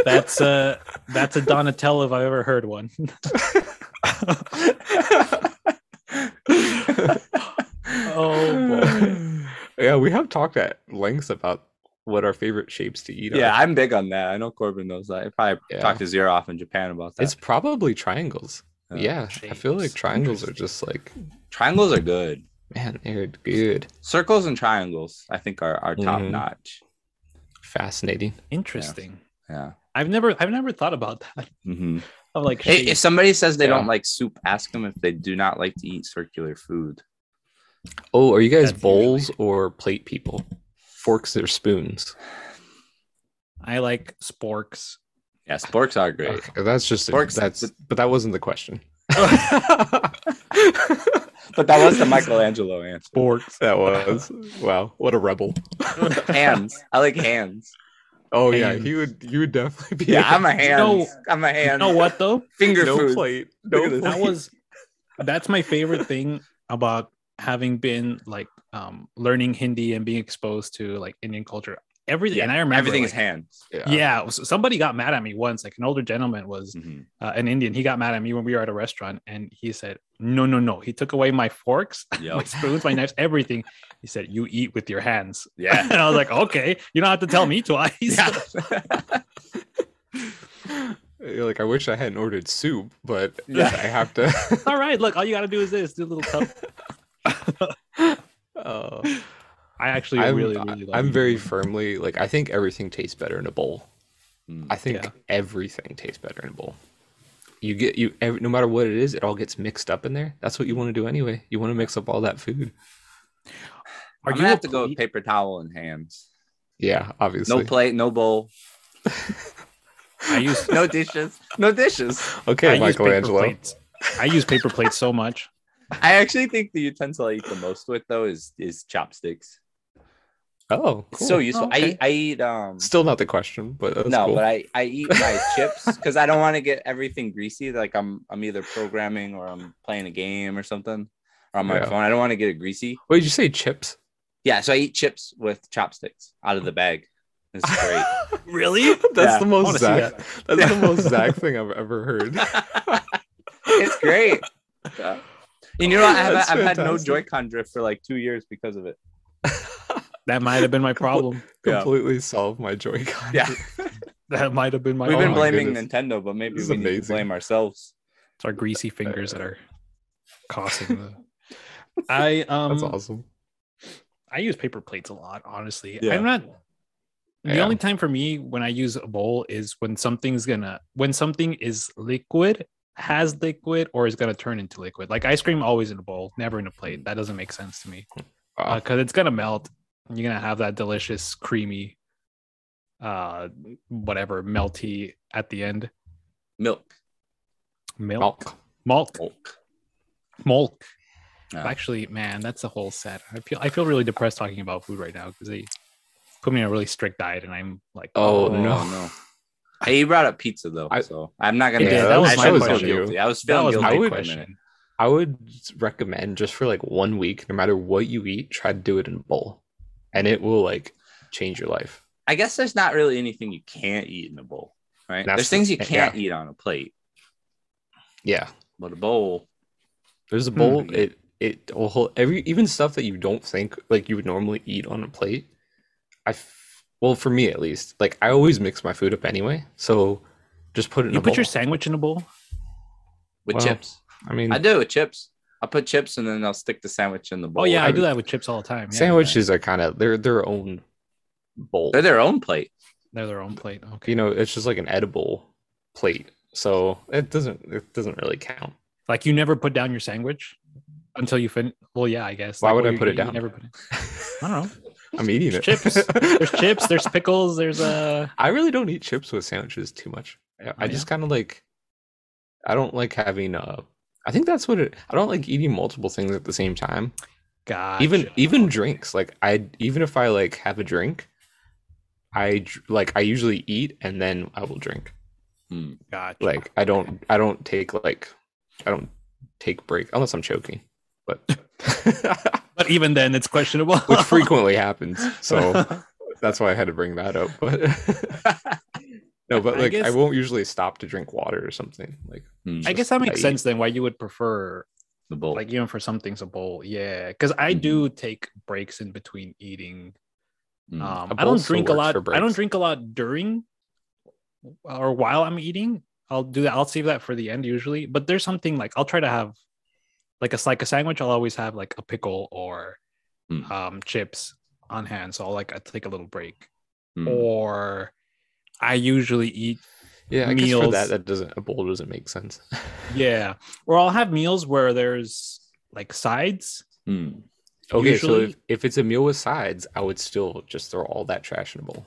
C: that's a that's a Donatello if I ever heard
B: <laughs>
C: one. Oh, <sighs>
A: boy. yeah, we have talked at length about what our favorite shapes to eat
B: yeah,
A: are.
B: I'm big on that. I know Corbin knows that. I probably
A: Yeah.
B: talked his ear off in Japan about that.
A: It's probably triangles.
B: Uh,
A: yeah, I feel like
C: Oh, shapes.
A: triangles are just like,
B: Triangles are good.
A: man, they're good,
B: Circles and triangles, I think, are, are top
A: Mhm.
B: notch.
A: fascinating.
C: Interesting.
B: Yeah.
C: I've never I've never thought about that. <laughs>
B: hmm
C: Of like
B: If,
C: shape.
B: somebody says they
A: Yeah.
B: don't like soup, ask them if they do not like to eat circular food.
A: Oh, are you guys
C: That's
A: bowls or plate people? Forks or spoons?
C: I like sporks.
B: Yeah, sporks are
A: <laughs>
B: great.
A: Okay, that's just a-
B: Forks-
A: that's, but that wasn't the
B: <laughs>
A: question.
B: But that was the Michelangelo answer.
C: Sporks.
A: That was wow, what a rebel!
B: <laughs> Hands. I like hands.
A: Oh yeah,
C: Hands.
A: he would. You would definitely be.
B: Yeah, I'm
A: <laughs>
B: a hand.
C: know-
B: I'm a
C: You
B: hand.
C: know what though?
B: Finger
A: no
B: food.
A: plate.
B: Look
A: No
B: at this.
A: plate.
C: That was that's my favorite thing about having been like um learning Hindi and being exposed to like Indian culture. Everything
B: Yeah,
C: and I remember
B: Everything is
C: like,
B: hands.
C: Yeah, so somebody got mad at me once. Like an older gentleman was <laughs>
B: Mhm.
C: uh, an Indian. He got mad at me when we were at a restaurant, and he said, "No, no, no." He took away my forks, my
B: Yep.
C: spoons, my knives, everything. He said, "You eat with your
B: <laughs>
C: hands."
B: Yeah.
C: and I was like, "Okay, you don't have to tell me twice."
B: Yeah.
A: You're like I wish I hadn't ordered soup, but
B: <laughs> Yeah.
A: I have to.
C: <laughs>
A: <laughs>
C: All right, look, all you got to do is this: do a little cup.
A: Oh.
C: I actually
A: I'm,
C: really, really. Love
A: I'm
C: Indian
A: very
C: food.
A: firmly like I think everything tastes better in a bowl.
B: Mm.
A: I think
C: Yeah.
A: everything tastes better in a bowl. You get you every, no matter what it is, it all gets mixed up in there. That's what you want to do anyway. You want to mix up all that food.
B: I'm
C: Are you
B: gonna
C: a
B: have to go with
C: plate-
B: paper towel and hands.
A: Yeah, obviously.
B: No plate, no bowl,
C: I use
B: no dishes, no dishes.
A: Okay,
C: <laughs> I use paper
A: Michelangelo.
C: plates. I use paper plates so
B: <laughs>
C: much.
B: I actually think the utensil I eat the most with though is is chopsticks.
A: Oh,
B: It's
A: cool.
B: so useful.
C: Oh, okay.
B: I I eat um
A: Still not the question, but that's
B: no,
A: cool.
B: but I I eat my
C: <laughs>
B: chips because I don't want to get everything greasy. Like I'm I'm either programming or I'm playing a game or something or on my
A: Yeah.
B: phone. I don't want to get it greasy.
A: Wait, did you
B: <laughs>
A: say chips?
B: Yeah, so I eat chips with chopsticks out of the bag. It's great.
C: Really?
A: <laughs> That's
B: Yeah,
A: the
C: I wanna
A: most
C: see
A: Zach. That's the
B: Yeah. <laughs>
A: most Zach thing I've ever heard. <laughs>
B: it's great. Yeah. And you know what? I haven't,
A: That's
B: I've had no
A: fantastic.
B: Joy-Con drift for like two years because of it.
C: That might have been
B: <laughs>
C: my problem.
B: Yeah.
A: Completely solve my Joy-Con.
B: Yeah.
C: That might have been my.
B: We've been
A: my
C: problem.
B: blaming
A: goodness.
B: Nintendo, but maybe
A: This is
B: we need to
A: amazing.
B: blame ourselves.
C: It's our greasy fingers that are causing the.
B: <laughs>
C: I um.
A: That's awesome.
C: I use paper plates a lot, honestly.
B: Yeah.
C: I'm not the
A: Yeah.
C: only time for me when I use a bowl is when something's gonna when something is liquid, has liquid, or is gonna turn into liquid. Like ice cream always in a bowl, never in a plate. That doesn't make sense to me.
A: Wow.
B: uh,
C: because it's gonna melt and you're gonna have that delicious, creamy uh whatever melty at the end.
B: Milk.
C: Milk.
A: Milk.
C: Milk.
B: Milk.
C: Milk.
B: Yeah.
C: Actually, man, that's a whole set. I feel I feel really depressed talking about food right now because they put me on a really strict diet, and I'm like,
A: Oh,
B: Oh,
A: no.
B: no. Hey, you brought up pizza though,
A: I-
B: so I'm not gonna.
C: Yeah,
B: get-
C: that was
B: I
C: my
B: should feel
C: question.
B: guilty. I was
C: that
B: feeling
C: was
B: guilty.
C: my
A: would-
B: for a minute.
C: question.
A: I would recommend just for like one week, no matter what you eat, try to do it in a bowl, and it will like change your life.
B: I guess there's not really anything you can't eat in a bowl, right?
A: That's
B: there's
A: the-
B: things you
A: yeah.
B: can't eat on a plate,
A: Yeah,
B: but a bowl.
A: there's a bowl.
B: Hmm.
A: It it will hold every even stuff that you don't think like you would normally eat on a plate. I f- well for me at least, like I always mix my food up anyway, so just put it in
C: You
A: a
C: put
A: bowl.
C: your sandwich in a bowl.
B: With
A: Wow.
B: chips,
A: I mean,
B: I do it with chips. I put chips and then I'll stick the sandwich in the bowl.
C: Oh yeah, I do that with chips all the time. Yeah,
A: sandwiches are kind of they're their own bowl.
B: They're their own plate.
C: they're their own plate. Okay,
A: you know, it's just like an edible plate, so it doesn't it doesn't really count.
C: like you never put down your sandwich until you fin. Well, yeah, I guess.
A: Why
C: Like,
A: would
C: well,
A: I
C: you-
A: put it
C: you
A: down?
C: Never put it. I don't know.
A: <laughs> I'm eating it.
C: There's chips.
A: <laughs>
C: There's chips. There's pickles. There's uh
A: I really don't eat chips with sandwiches too much. I, I
C: Oh,
A: just kind of like. I don't like having uh I think that's what it. I don't like eating multiple things at the same time.
C: God,
A: even even drinks. Like I even if I like have a drink, I dr- like I usually eat and then I will drink.
C: gotcha.
A: Like I don't I don't take like I don't take break unless I'm choking, but <laughs>
C: but even then, it's questionable. <laughs>
A: which frequently happens. So that's why I had to bring that up. But <laughs> no, but like
C: I
A: I,
C: guess-
A: won't usually stop to drink water or something. Like
C: I
B: I guess
C: guess that
A: I
C: makes
A: eat.
C: sense then. Why you would prefer
B: Hmm, the bowl.
C: like even for some things a bowl? Yeah, because I
A: Mm-hmm.
C: do take breaks in between eating.
B: Mm.
C: Um,
A: A
C: I
A: bowl
C: don't
A: still
C: drink a
A: works
C: lot.
A: for
C: I don't
A: breaks.
C: drink a lot during or while I'm eating. I'll do that. I'll save that for the end usually. But there's something like I'll try to have like a like a sandwich. I'll always have like a pickle or
B: Mm.
A: Hmm.
C: um, chips on hand. So I'll like I take a little break.
A: Hmm.
B: Mm.
C: Or I usually eat
A: yeah, I guess for
C: Meals.
A: that that doesn't a bowl doesn't make sense.
C: yeah, or I'll have meals where there's like sides.
B: Mm.
A: Okay, so if,
C: Usually-
A: if it's a meal with sides, I would still just throw all that trash in a bowl.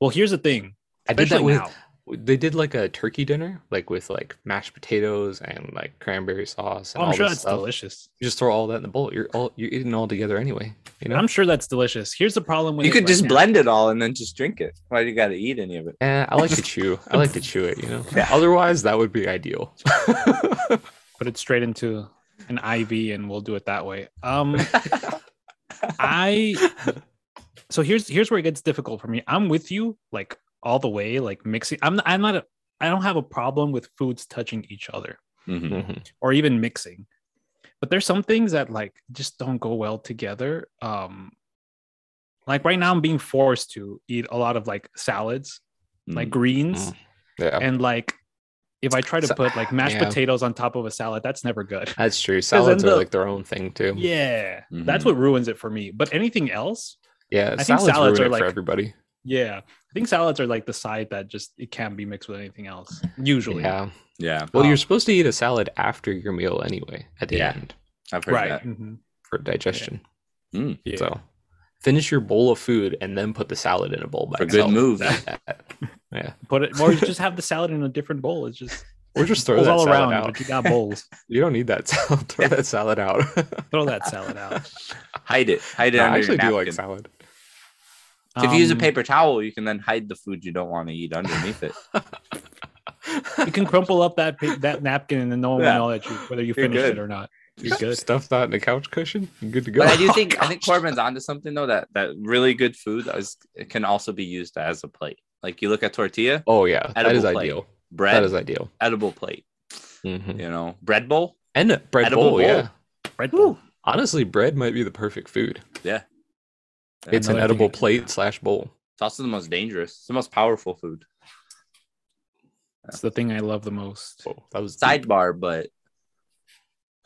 C: Well, here's the thing.
A: I did that
C: especially
A: with
C: now.
A: they did like a turkey dinner, like with like mashed potatoes and like cranberry sauce and
C: Oh, I'm
A: all
C: sure
A: this
C: that's
A: stuff.
C: delicious.
A: You just throw all that in the bowl. You're all you're eating all together anyway. You know,
C: I'm sure that's delicious. Here's the problem with
B: You
C: it
B: could
C: right
B: just
C: now.
B: blend it all and then just drink it. Why do you got to eat any of it?
A: Eh, I like to chew. I like to chew it.
C: <laughs>
A: You know,
B: Yeah.
A: otherwise that would be ideal.
C: put it straight into an IV and we'll do it that way.
B: <laughs>
C: Um I so here's here's where it gets difficult for me. I'm with you like all the way like mixing I'm I'm not a, I don't have a problem with foods touching each other
B: Mhm.
A: Mhm.
C: or even mixing. But there's some things that like just don't go well together. Um like right now I'm being forced to eat a lot of like salads,
B: Mm.
C: like greens
A: Yeah,
C: and like if I try to
A: So-
C: put like mashed
A: yeah.
C: potatoes on top of a salad, that's never
A: <laughs>
C: good. <laughs>
A: that's true. Salads
C: then
A: are
C: the-
A: like their own thing too. Yeah,
C: Yeah,
B: Mhm.
C: that's
A: Mm-hmm.
C: what ruins it for me. But anything else,
A: yeah
C: think
A: salads,
C: salads
A: ruin
C: are
A: it
C: like-
A: for everybody.
C: yeah, I think salads are like the side that just it can't be mixed with anything else. Usually,
A: Yeah.
B: Mm-hmm. Yeah,
A: Well, you're
C: Um,
A: supposed to eat a salad after your meal anyway. At the
B: Yeah.
A: end
B: I've heard
C: right.
B: that.
C: mhm.
A: for digestion.
C: Yeah.
A: So finish your bowl of food and then put the salad in a bowl by
B: A
A: itself.
B: good move.
A: Yeah.
C: Put it
A: <laughs>
C: or you just have the salad in a different bowl. It's just
A: Or just throw
C: bowls
A: that
C: all
A: salad
C: around,
A: out.
C: but you got
A: <laughs>
C: bowls.
A: You don't need that salad. <laughs> Throw that salad out. <laughs>
C: Throw that salad out.
B: <laughs> Hide it. Hide it
A: No, I
B: under
A: actually
B: your
A: do
B: napkin.
A: like salad.
B: if you use a
C: Um,
B: paper towel, you can then hide the food you don't want to eat underneath it.
C: <laughs> you can crumple up that pa- that napkin, and then no one
B: Yeah.
C: will know that you whether you
B: You're
C: finish
B: good.
C: it or
A: <laughs>
C: not. You're
A: Just
C: good.
A: Stuff that in a couch cushion. You're good to go.
B: But I
A: <laughs>
B: do think I think Corbin's onto something though. That that really good food is it can also be used as a plate. Like you look at tortilla,
A: oh yeah, that
B: Edible
A: is
B: plate.
A: ideal.
B: bread,
A: That is ideal.
B: edible plate.
A: Mhm.
B: You know, bread bowl.
A: And a bread
B: Edible
A: bowl,
B: bowl.
A: Yeah.
C: Red Bull.
A: Honestly, bread might be the perfect food. It's an
C: Another thing-
A: edible plate slash bowl.
B: It's also the most dangerous. It's the most powerful food.
C: It's the thing I love the most.
A: Whoa, that was deep.
B: Sidebar, but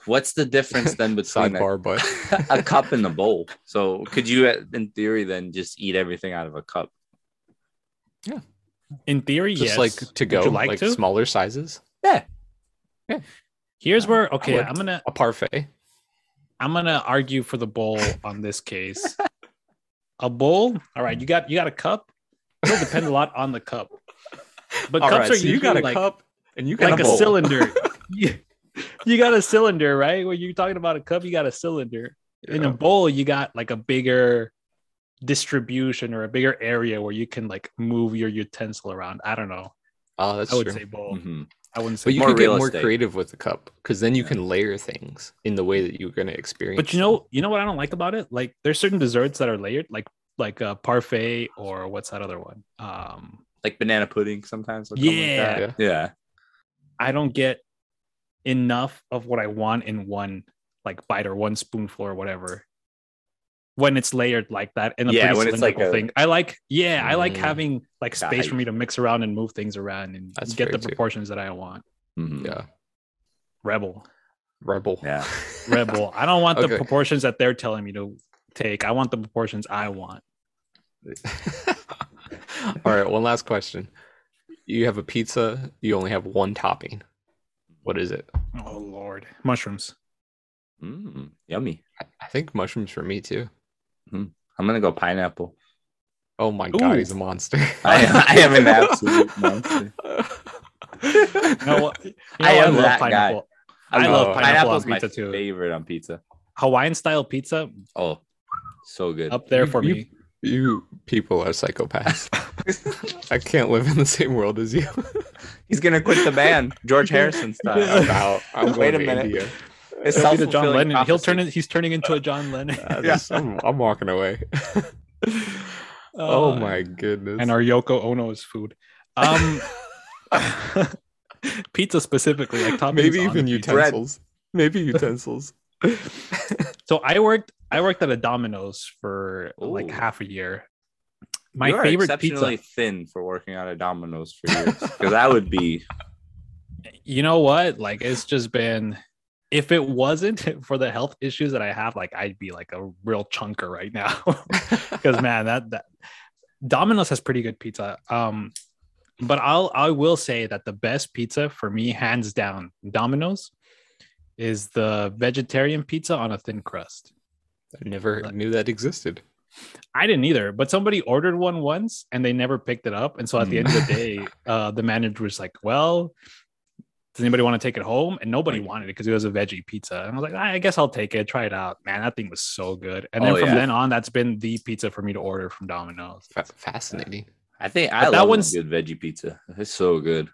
B: what's the difference then between a,
A: <laughs> sidebar, but
B: <laughs> a cup and a bowl? So could you, uh, in theory, then just eat everything out of a cup?
C: In theory,
A: just
C: yes.
A: like to
C: Would
A: go,
C: you
A: like,
C: like to?
A: smaller sizes,
C: Here's where okay,
A: would.
C: I'm gonna
A: a parfait.
C: I'm gonna argue for the bowl on this case. a bowl, all right. You got you got a cup. It'll depend a lot on the cup, but
A: All
C: cups
A: right,
C: are
A: so you got
C: usually
A: a
C: like
A: cup and you got
C: like
A: a,
C: a,
A: bowl. <laughs>
C: cylinder. you, you got a cylinder, right? When you're talking about a cup, you got a cylinder. In a
A: Yeah.
C: bowl, you got like a bigger distribution or a bigger area where you can like move your utensil around. I don't know.
A: Oh, that's
C: I would
A: true.
C: say bowl.
B: Mhm.
C: I wouldn't say
A: But you
B: more
A: could
B: real
A: get more
B: estate.
A: creative with the cup because then you
B: Yeah.
A: can layer things in the way that you're going to experience.
C: But you know, you know what I don't like about it? Like there's certain desserts that are layered, like like a parfait or what's that other one? Um
B: Like banana pudding sometimes. will come with
C: Yeah.
B: that. Yeah.
C: I don't get enough of what I want in one like bite or one spoonful or whatever. When it's layered like that and a
B: Yeah,
C: pretty
B: when it's like
C: cylindrical
B: a- Mm-hmm.
C: thing. I like yeah, I like
A: Mm.
C: having like
B: Yeah,
C: space
B: I-
C: for me to mix around and move things around and
A: That's
C: get
A: fair,
C: the
A: too.
C: proportions that I want.
B: Mhm.
A: Yeah.
C: Rebel.
A: Rebel. <laughs>
B: Yeah.
C: Rebel. I don't want
A: Okay.
C: the proportions that they're telling me to take. I want the proportions I want.
A: All right. One last question. You have a pizza, you only have one topping. What is it?
C: Oh Lord. Mushrooms.
B: Mm, yummy.
A: I- I think mushrooms for me too.
B: I'm gonna go pineapple.
A: Oh my god,
C: Ooh.
A: he's a monster.
B: <laughs> I, I am an absolute monster.
C: <laughs> No, you know,
B: I
C: I,
B: am
C: love
B: that guy.
C: pineapple. I
A: love
B: Oh,
A: pineapple on
B: pineapple's
C: pizza,
B: my
C: too.
B: Favorite on pizza.
C: Hawaiian style pizza
B: Oh, so good. <laughs>
C: up there
A: You-
C: for
A: you-
C: me.
A: You people are psychopaths. I can't live in the same world as you.
B: He's gonna quit the band, George Harrison style.
A: I'm
C: <laughs>
A: out. I'm
B: Uh, Wait
A: going
B: a
A: to
B: minute.
A: India.
B: It's
C: That'll be the John
B: self-fulfilling
C: Lennon. He'll
B: prophecy.
C: turn it. He's turning into a John
B: <laughs>
C: Lennon.
A: Uh, this- I'm, I'm walking
C: <laughs>
A: away. oh
B: Oh
C: Uh,
A: my goodness.
C: And our Yoko Ono's food.
B: <laughs>
C: Um, <laughs> pizza specifically, like toppings
A: Maybe
C: on the
A: even
C: pizza.
B: Bread.
A: utensils. Maybe utensils.
C: So I worked. I worked at a Domino's for like
B: Ooh.
C: half a year. My
B: You are
C: favorite
B: exceptionally
C: pizza.
B: thin for working out at Domino's for years because that would be
C: You know what? Like it's just been. If it wasn't <laughs> for the health issues that I have, like I'd be like a real chunker right now. <laughs> because man, that that Domino's has pretty good pizza. Um, but I'll I will say that the best pizza for me, hands down, Domino's, is the vegetarian pizza on a thin crust.
A: I never <laughs> knew that existed.
C: I didn't either, but somebody ordered one once and they never picked it up. And so at the end of
B: Hmm.
C: the day, <laughs> uh, the manager was like, "Well." Does anybody want to take it home? And nobody
A: Right.
C: wanted it because it was a veggie pizza. And I was like, "Ah, I guess I'll take it, try it out. Man, that thing was so good. And then
B: Oh,
C: from
B: yeah.
C: then on, that's been the pizza for me to order from Domino's.
A: Fa- fascinating.
B: I think I
C: But that
B: love
C: one's-
B: a good veggie pizza. It's so good.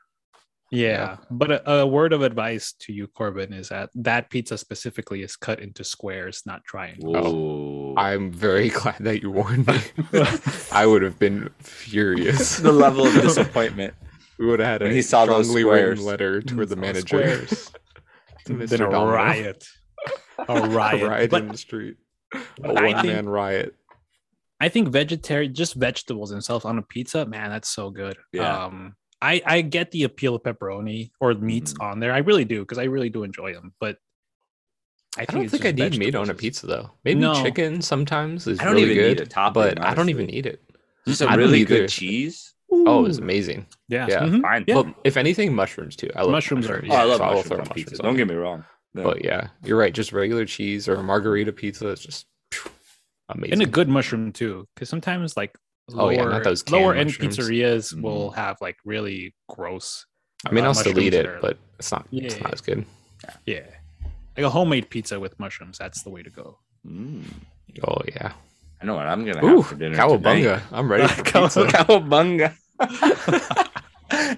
C: Yeah, but a, a word of advice to you, Corbin, is that that pizza specifically is cut into squares, not
A: <laughs>
C: <laughs> triangles. Oh,
B: Whoa.
A: I'm very <laughs> glad that you warned me.
C: <laughs>
A: I would have been
B: <laughs>
A: furious.
B: the level of disappointment.
A: <laughs> We would have had
B: When
A: a
B: he saw those
A: strongly written
B: squares.
A: letter toward the
C: Mm, Saw
A: manager.
C: squares.
A: <laughs> to
C: Then
A: Mr.
C: a
A: Domino. <laughs>
C: riot, a riot.
A: A riot
C: But
A: in the street. A
C: but I
A: one man riot.
C: I think vegetarian, just vegetables themselves on a pizza, man, that's so good.
B: Yeah.
C: Um, I I get the appeal of pepperoni or meats
A: Mm-hmm.
B: Mhm.
C: on there. I really do because I really do enjoy them. But I,
A: I don't
C: it's
A: think I
C: just
A: need meat on a
C: vegetables.
A: pizza though. Maybe
C: No.
A: chicken sometimes is
B: I don't
A: really
B: even need
A: good,
B: a topping,
A: but I don't even
B: honestly.
A: eat it.
B: <laughs> Just
A: I
B: a
A: don't
B: really
A: either.
B: good cheese.
A: Oh, it's
C: Ooh.
A: amazing.
C: yeah.
A: yeah.
C: Mhm.
B: Fine.
C: Yeah.
A: Well, if anything, mushrooms too. I love
C: Mushrooms are-
B: Hmm? Oh, I love
A: so I will
B: mushrooms
A: throw
B: on pizza.
A: mushrooms on
B: Don't
A: there.
B: get me wrong. No.
A: But yeah, you're right. Just regular cheese or a margarita pizza is just phew, amazing.
C: and a good mushroom too because sometimes like lower,
A: Oh, yeah, not those canned
C: lower end
A: mushrooms. Mm-hmm.
C: pizzerias will have like really gross
A: I mean,
C: uh,
A: I'll still
C: mushrooms
A: eat
C: that
A: it,
C: are-
A: but it's not. It's
C: Yeah.
A: not as good.
C: yeah like a homemade pizza with mushrooms that's the way to go
B: Mm.
A: Oh yeah.
B: I know what I'm gonna
A: Ooh,
B: have for dinner.
A: cowabunga! I'm ready for
B: Tonight.
A: pizza.
B: <laughs> Cowabunga. <laughs>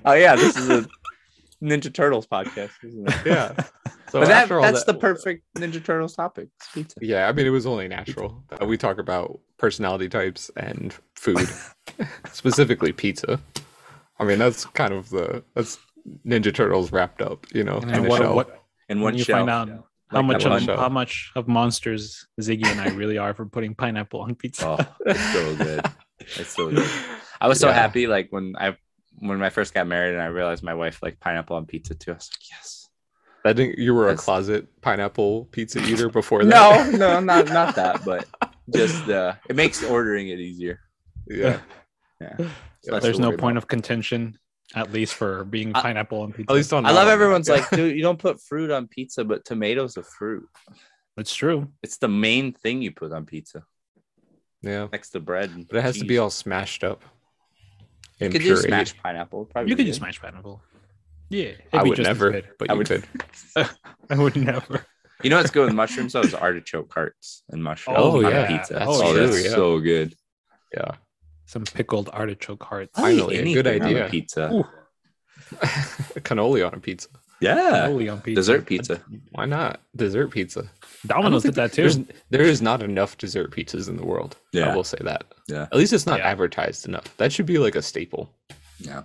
B: oh yeah, this is a Ninja Turtles podcast, <laughs> isn't it?
A: yeah. So
B: but that,
A: after all
B: that's
A: that-
B: the perfect Ninja Turtles topic. It's pizza.
A: Yeah, I mean, it was only natural that we talk about personality types and
B: <laughs>
A: food, specifically pizza. I mean, that's kind of the that's Ninja Turtles wrapped up, you know.
C: and,
A: in a
C: what,
A: <laughs> shell.
C: what
B: And
C: when
B: one
C: you
B: shell.
C: find out how
B: Like
C: much
A: that
C: of,
A: one shell.
C: how much of monsters ziggy and i really are for putting pineapple on pizza
B: <laughs> Oh, it's so good. It's so good. I was so
A: Yeah.
B: happy like when I when I first got married and I realized my wife liked pineapple on pizza too. I was like, yes.
A: I think you were a
B: That's-
A: closet pineapple pizza eater before that. <laughs>
B: No, no, not not that, but just uh it makes ordering it easier.
A: yeah.
B: Yeah.
C: Yeah,
B: So that's
C: there's
B: the
C: no
B: word.
C: point of contention at least for being
B: I-
C: pineapple on pizza
A: At least on.
B: I
A: that
B: love
A: one,
B: everyone's
A: yeah.
B: like, dude, you don't put fruit on pizza, but tomatoes a fruit.
C: it's true
B: It's the main thing you put on pizza
A: Yeah,
B: next to bread. and
A: but it has to be
B: cheese.
A: all smashed up.
B: You
A: And
B: could just
A: pureed.
B: smash pineapple. Probably
C: you could
B: be
C: just
B: good.
C: smash pineapple yeah it'd
A: I
C: be
A: would
C: just as
A: never,
C: good.
A: but
B: I
A: you
B: would-
A: could.
C: i would never
B: You know what's good with mushrooms? Those artichoke hearts and mushrooms.
C: Oh,
B: on
C: yeah.
B: pizza.
C: That's
B: oh,
A: true,
B: that's
A: yeah.
B: so good.
A: Yeah, <laughs>
C: some pickled artichoke hearts
A: I Finally, a good
B: Anything on
A: idea.
B: pizza.
C: Ooh.
A: cannoli on a pizza.
B: Yeah.
C: Holy on pizza.
B: Dessert pizza.
A: Why not dessert pizza?
C: Domino's
A: I
C: did
A: don't
C: that
A: think
C: too.
A: There's, there is not enough dessert pizzas in the world. I
B: Yeah.
A: will say that.
B: Yeah.
A: At least it's not
C: Yeah.
A: advertised enough. That should be like a staple.
B: Yeah.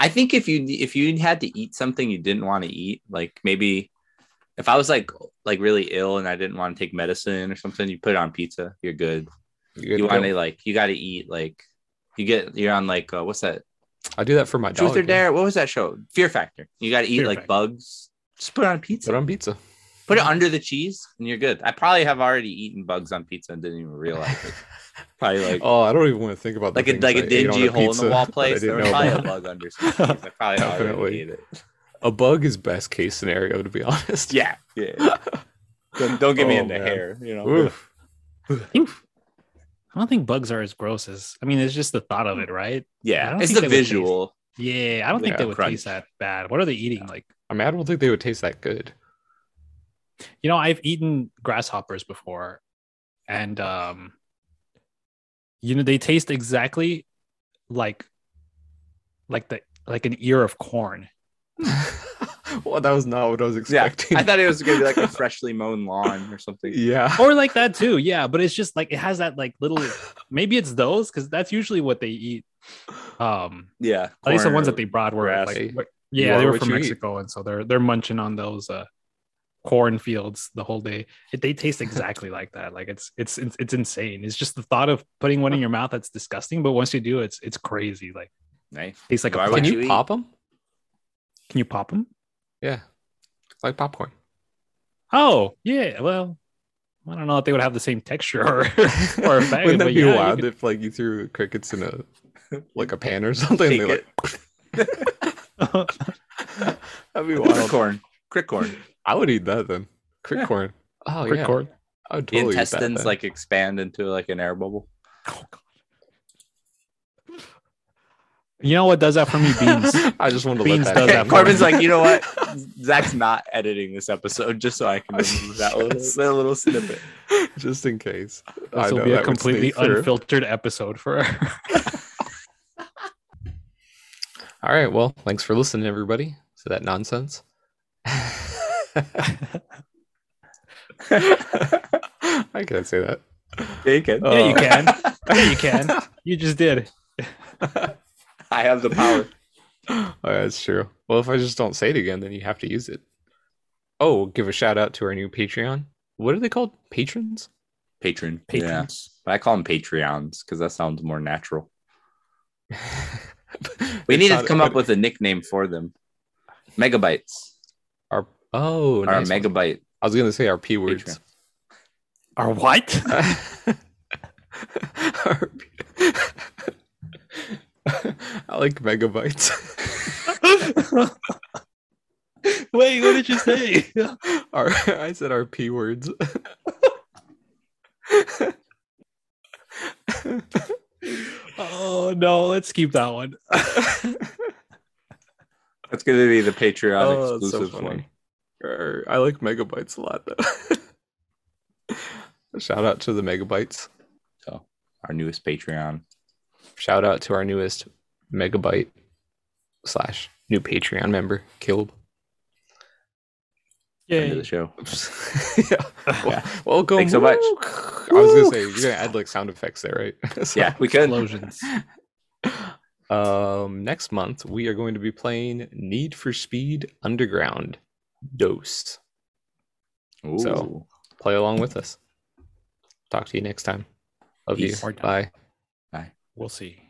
B: I think if you if you had to eat something you didn't want to eat, like maybe if I was like like really ill and I didn't want to take medicine or something, you put it on pizza. You're good. you
A: You're gonna
B: want to
A: go-
B: like you got to eat like you get you're on like uh, what's that
A: I do that for my
B: Truth
A: dog.
B: or
A: yeah.
B: Dare? What was that show? Fear Factor. You got to eat
C: Fear
B: like
C: Factor.
B: bugs. Just put it on pizza.
A: Put on pizza.
B: Put it under the cheese and you're good. I probably have already eaten bugs on pizza and didn't even realize
A: <laughs>
B: it. Probably like
A: oh, I don't even want to think about the
B: like a
A: things
B: like
A: I
B: a
A: ate on
B: dingy hole in
A: pizza
B: the wall
A: <laughs> that I
B: place. There was
A: didn't know
B: probably a
A: about.
B: bug under some cheese. I probably already
A: Definitely.
B: ate it.
A: A bug is best case scenario, to be <laughs> honest.
B: Yeah, yeah. Don't, don't get me
A: Oh,
B: in the
A: man.
B: hair. You know.
A: Oof.
C: I, think, I don't think bugs are as gross as. I mean, it's just the thought of it, right? I
B: Yeah,
C: don't
B: it's
C: think
B: the
C: they would taste-
B: visual.
C: Yeah, I don't think
A: Yeah,
C: they would
B: crunch.
C: taste that bad. What are they eating? Like,
A: I mean, I don't think they would taste that good. <laughs>
C: You know, I've eaten grasshoppers before, and um, you know they taste exactly like like the like an ear of corn.
A: well, that was not what I was
B: Yeah,
A: expecting.
B: I thought it was gonna be like a freshly mown lawn or something.
A: <laughs> yeah.
C: or like that too yeah but it's just like it has that like little maybe it's those because that's usually what they eat um
B: Yeah,
C: at least the
B: corn
C: ones
B: or-
C: that they brought were
B: grass.
C: like
A: Hey,
C: were-
A: you
C: yeah
A: are
C: they were
A: what
C: from
A: you eat.
C: mexico and so they're they're munching on those uh corn fields the whole day it,
A: <laughs>
C: they taste exactly like that like it's, it's it's it's insane it's just the thought of putting one in your mouth that's disgusting but once you do it's it's crazy like
B: Nice.
C: tastes like a
B: Why
C: plant.
B: would
A: Can
C: can you
A: you,
B: you eat?
A: pop them?
C: can you pop them
A: Yeah, like popcorn.
C: oh yeah well i don't know if they would have the same texture or <laughs> or a bag,
A: Wouldn't that
C: but
A: be
C: yeah, you
A: wild
C: could-
A: if like you threw crickets
C: <laughs>
A: in a like a pan or something?
B: Shake
A: They like Oh,
C: <laughs>
A: that'd <laughs> be
B: Crick
A: wild.
B: corn, crick corn.
A: I would eat that then. Crick
B: Yeah.
A: corn. Oh
C: Crick
A: yeah,
C: corn.
A: I would
B: The
A: <laughs> totally eat that
B: intestines
A: then.
B: like expand into like an air bubble.
C: Oh god. You know what does
A: <laughs>
C: that
B: <laughs>
C: for me? Beans.
A: I just wanted to
C: Beans
A: let that.
C: does that
A: go.
C: for me.
B: Corbin's like, you know
A: <laughs>
B: what? Zach's not editing this episode just so I can
A: <laughs>
B: remove that little,
A: Yes.
B: that little snippet.
A: <laughs> just in case. I
C: This will
A: know
C: be a
A: that would sneak
C: completely
A: through.
C: unfiltered episode for.
A: All right. Well, thanks for listening, everybody, to that
C: <laughs>
A: nonsense. <laughs> I can't say that.
B: Yeah, you
A: <laughs>
B: can.
C: yeah,
A: Oh.
C: you can. Yeah, you can. You just did.
B: <laughs> I have the power.
A: Oh, that's true. Well, if I just don't say it again, then you have to use it. Oh, we'll give a shout out to our new Patreon. What are they called?
B: <laughs>
A: Patrons?
B: Patron. Yeah.
C: Patrons.
B: But I call them Patreons because that sounds more natural. We
A: They
B: need to
A: sound-
B: come up with a nickname for them. Megabytes.
A: our oh,
B: Our
A: nice one.
B: megabyte.
A: I was gonna say our p words. <laughs>
C: Or what?
A: Our p- <laughs> I like megabytes. <laughs>
C: <laughs> Wait, what did you say?
A: Our, I said our p words.
C: oh no, let's keep
B: <laughs>
C: that one.
B: That's going to be the Patreon
A: Oh, that's so
B: exclusive
A: funny.
B: one.
A: Err, I like megabytes a lot though. <laughs> Shout out to the megabytes.
B: So, our newest Patreon.
A: Shout out to our newest megabyte slash new Patreon member, Caleb.
B: End of the
A: <laughs>
C: Yeah.
B: show. <laughs>
A: yeah. Well, welcome.
B: Thanks so much.
A: I was gonna say you're gonna add like sound effects there, right? <laughs> So,
B: Yeah, we could.
C: Explosions.
A: Um, next month we are going to be playing Need for Speed Underground Dosed. So. Play along with us. Talk to you next time. Love
B: Peace.
A: you. Bye.
C: We'll see.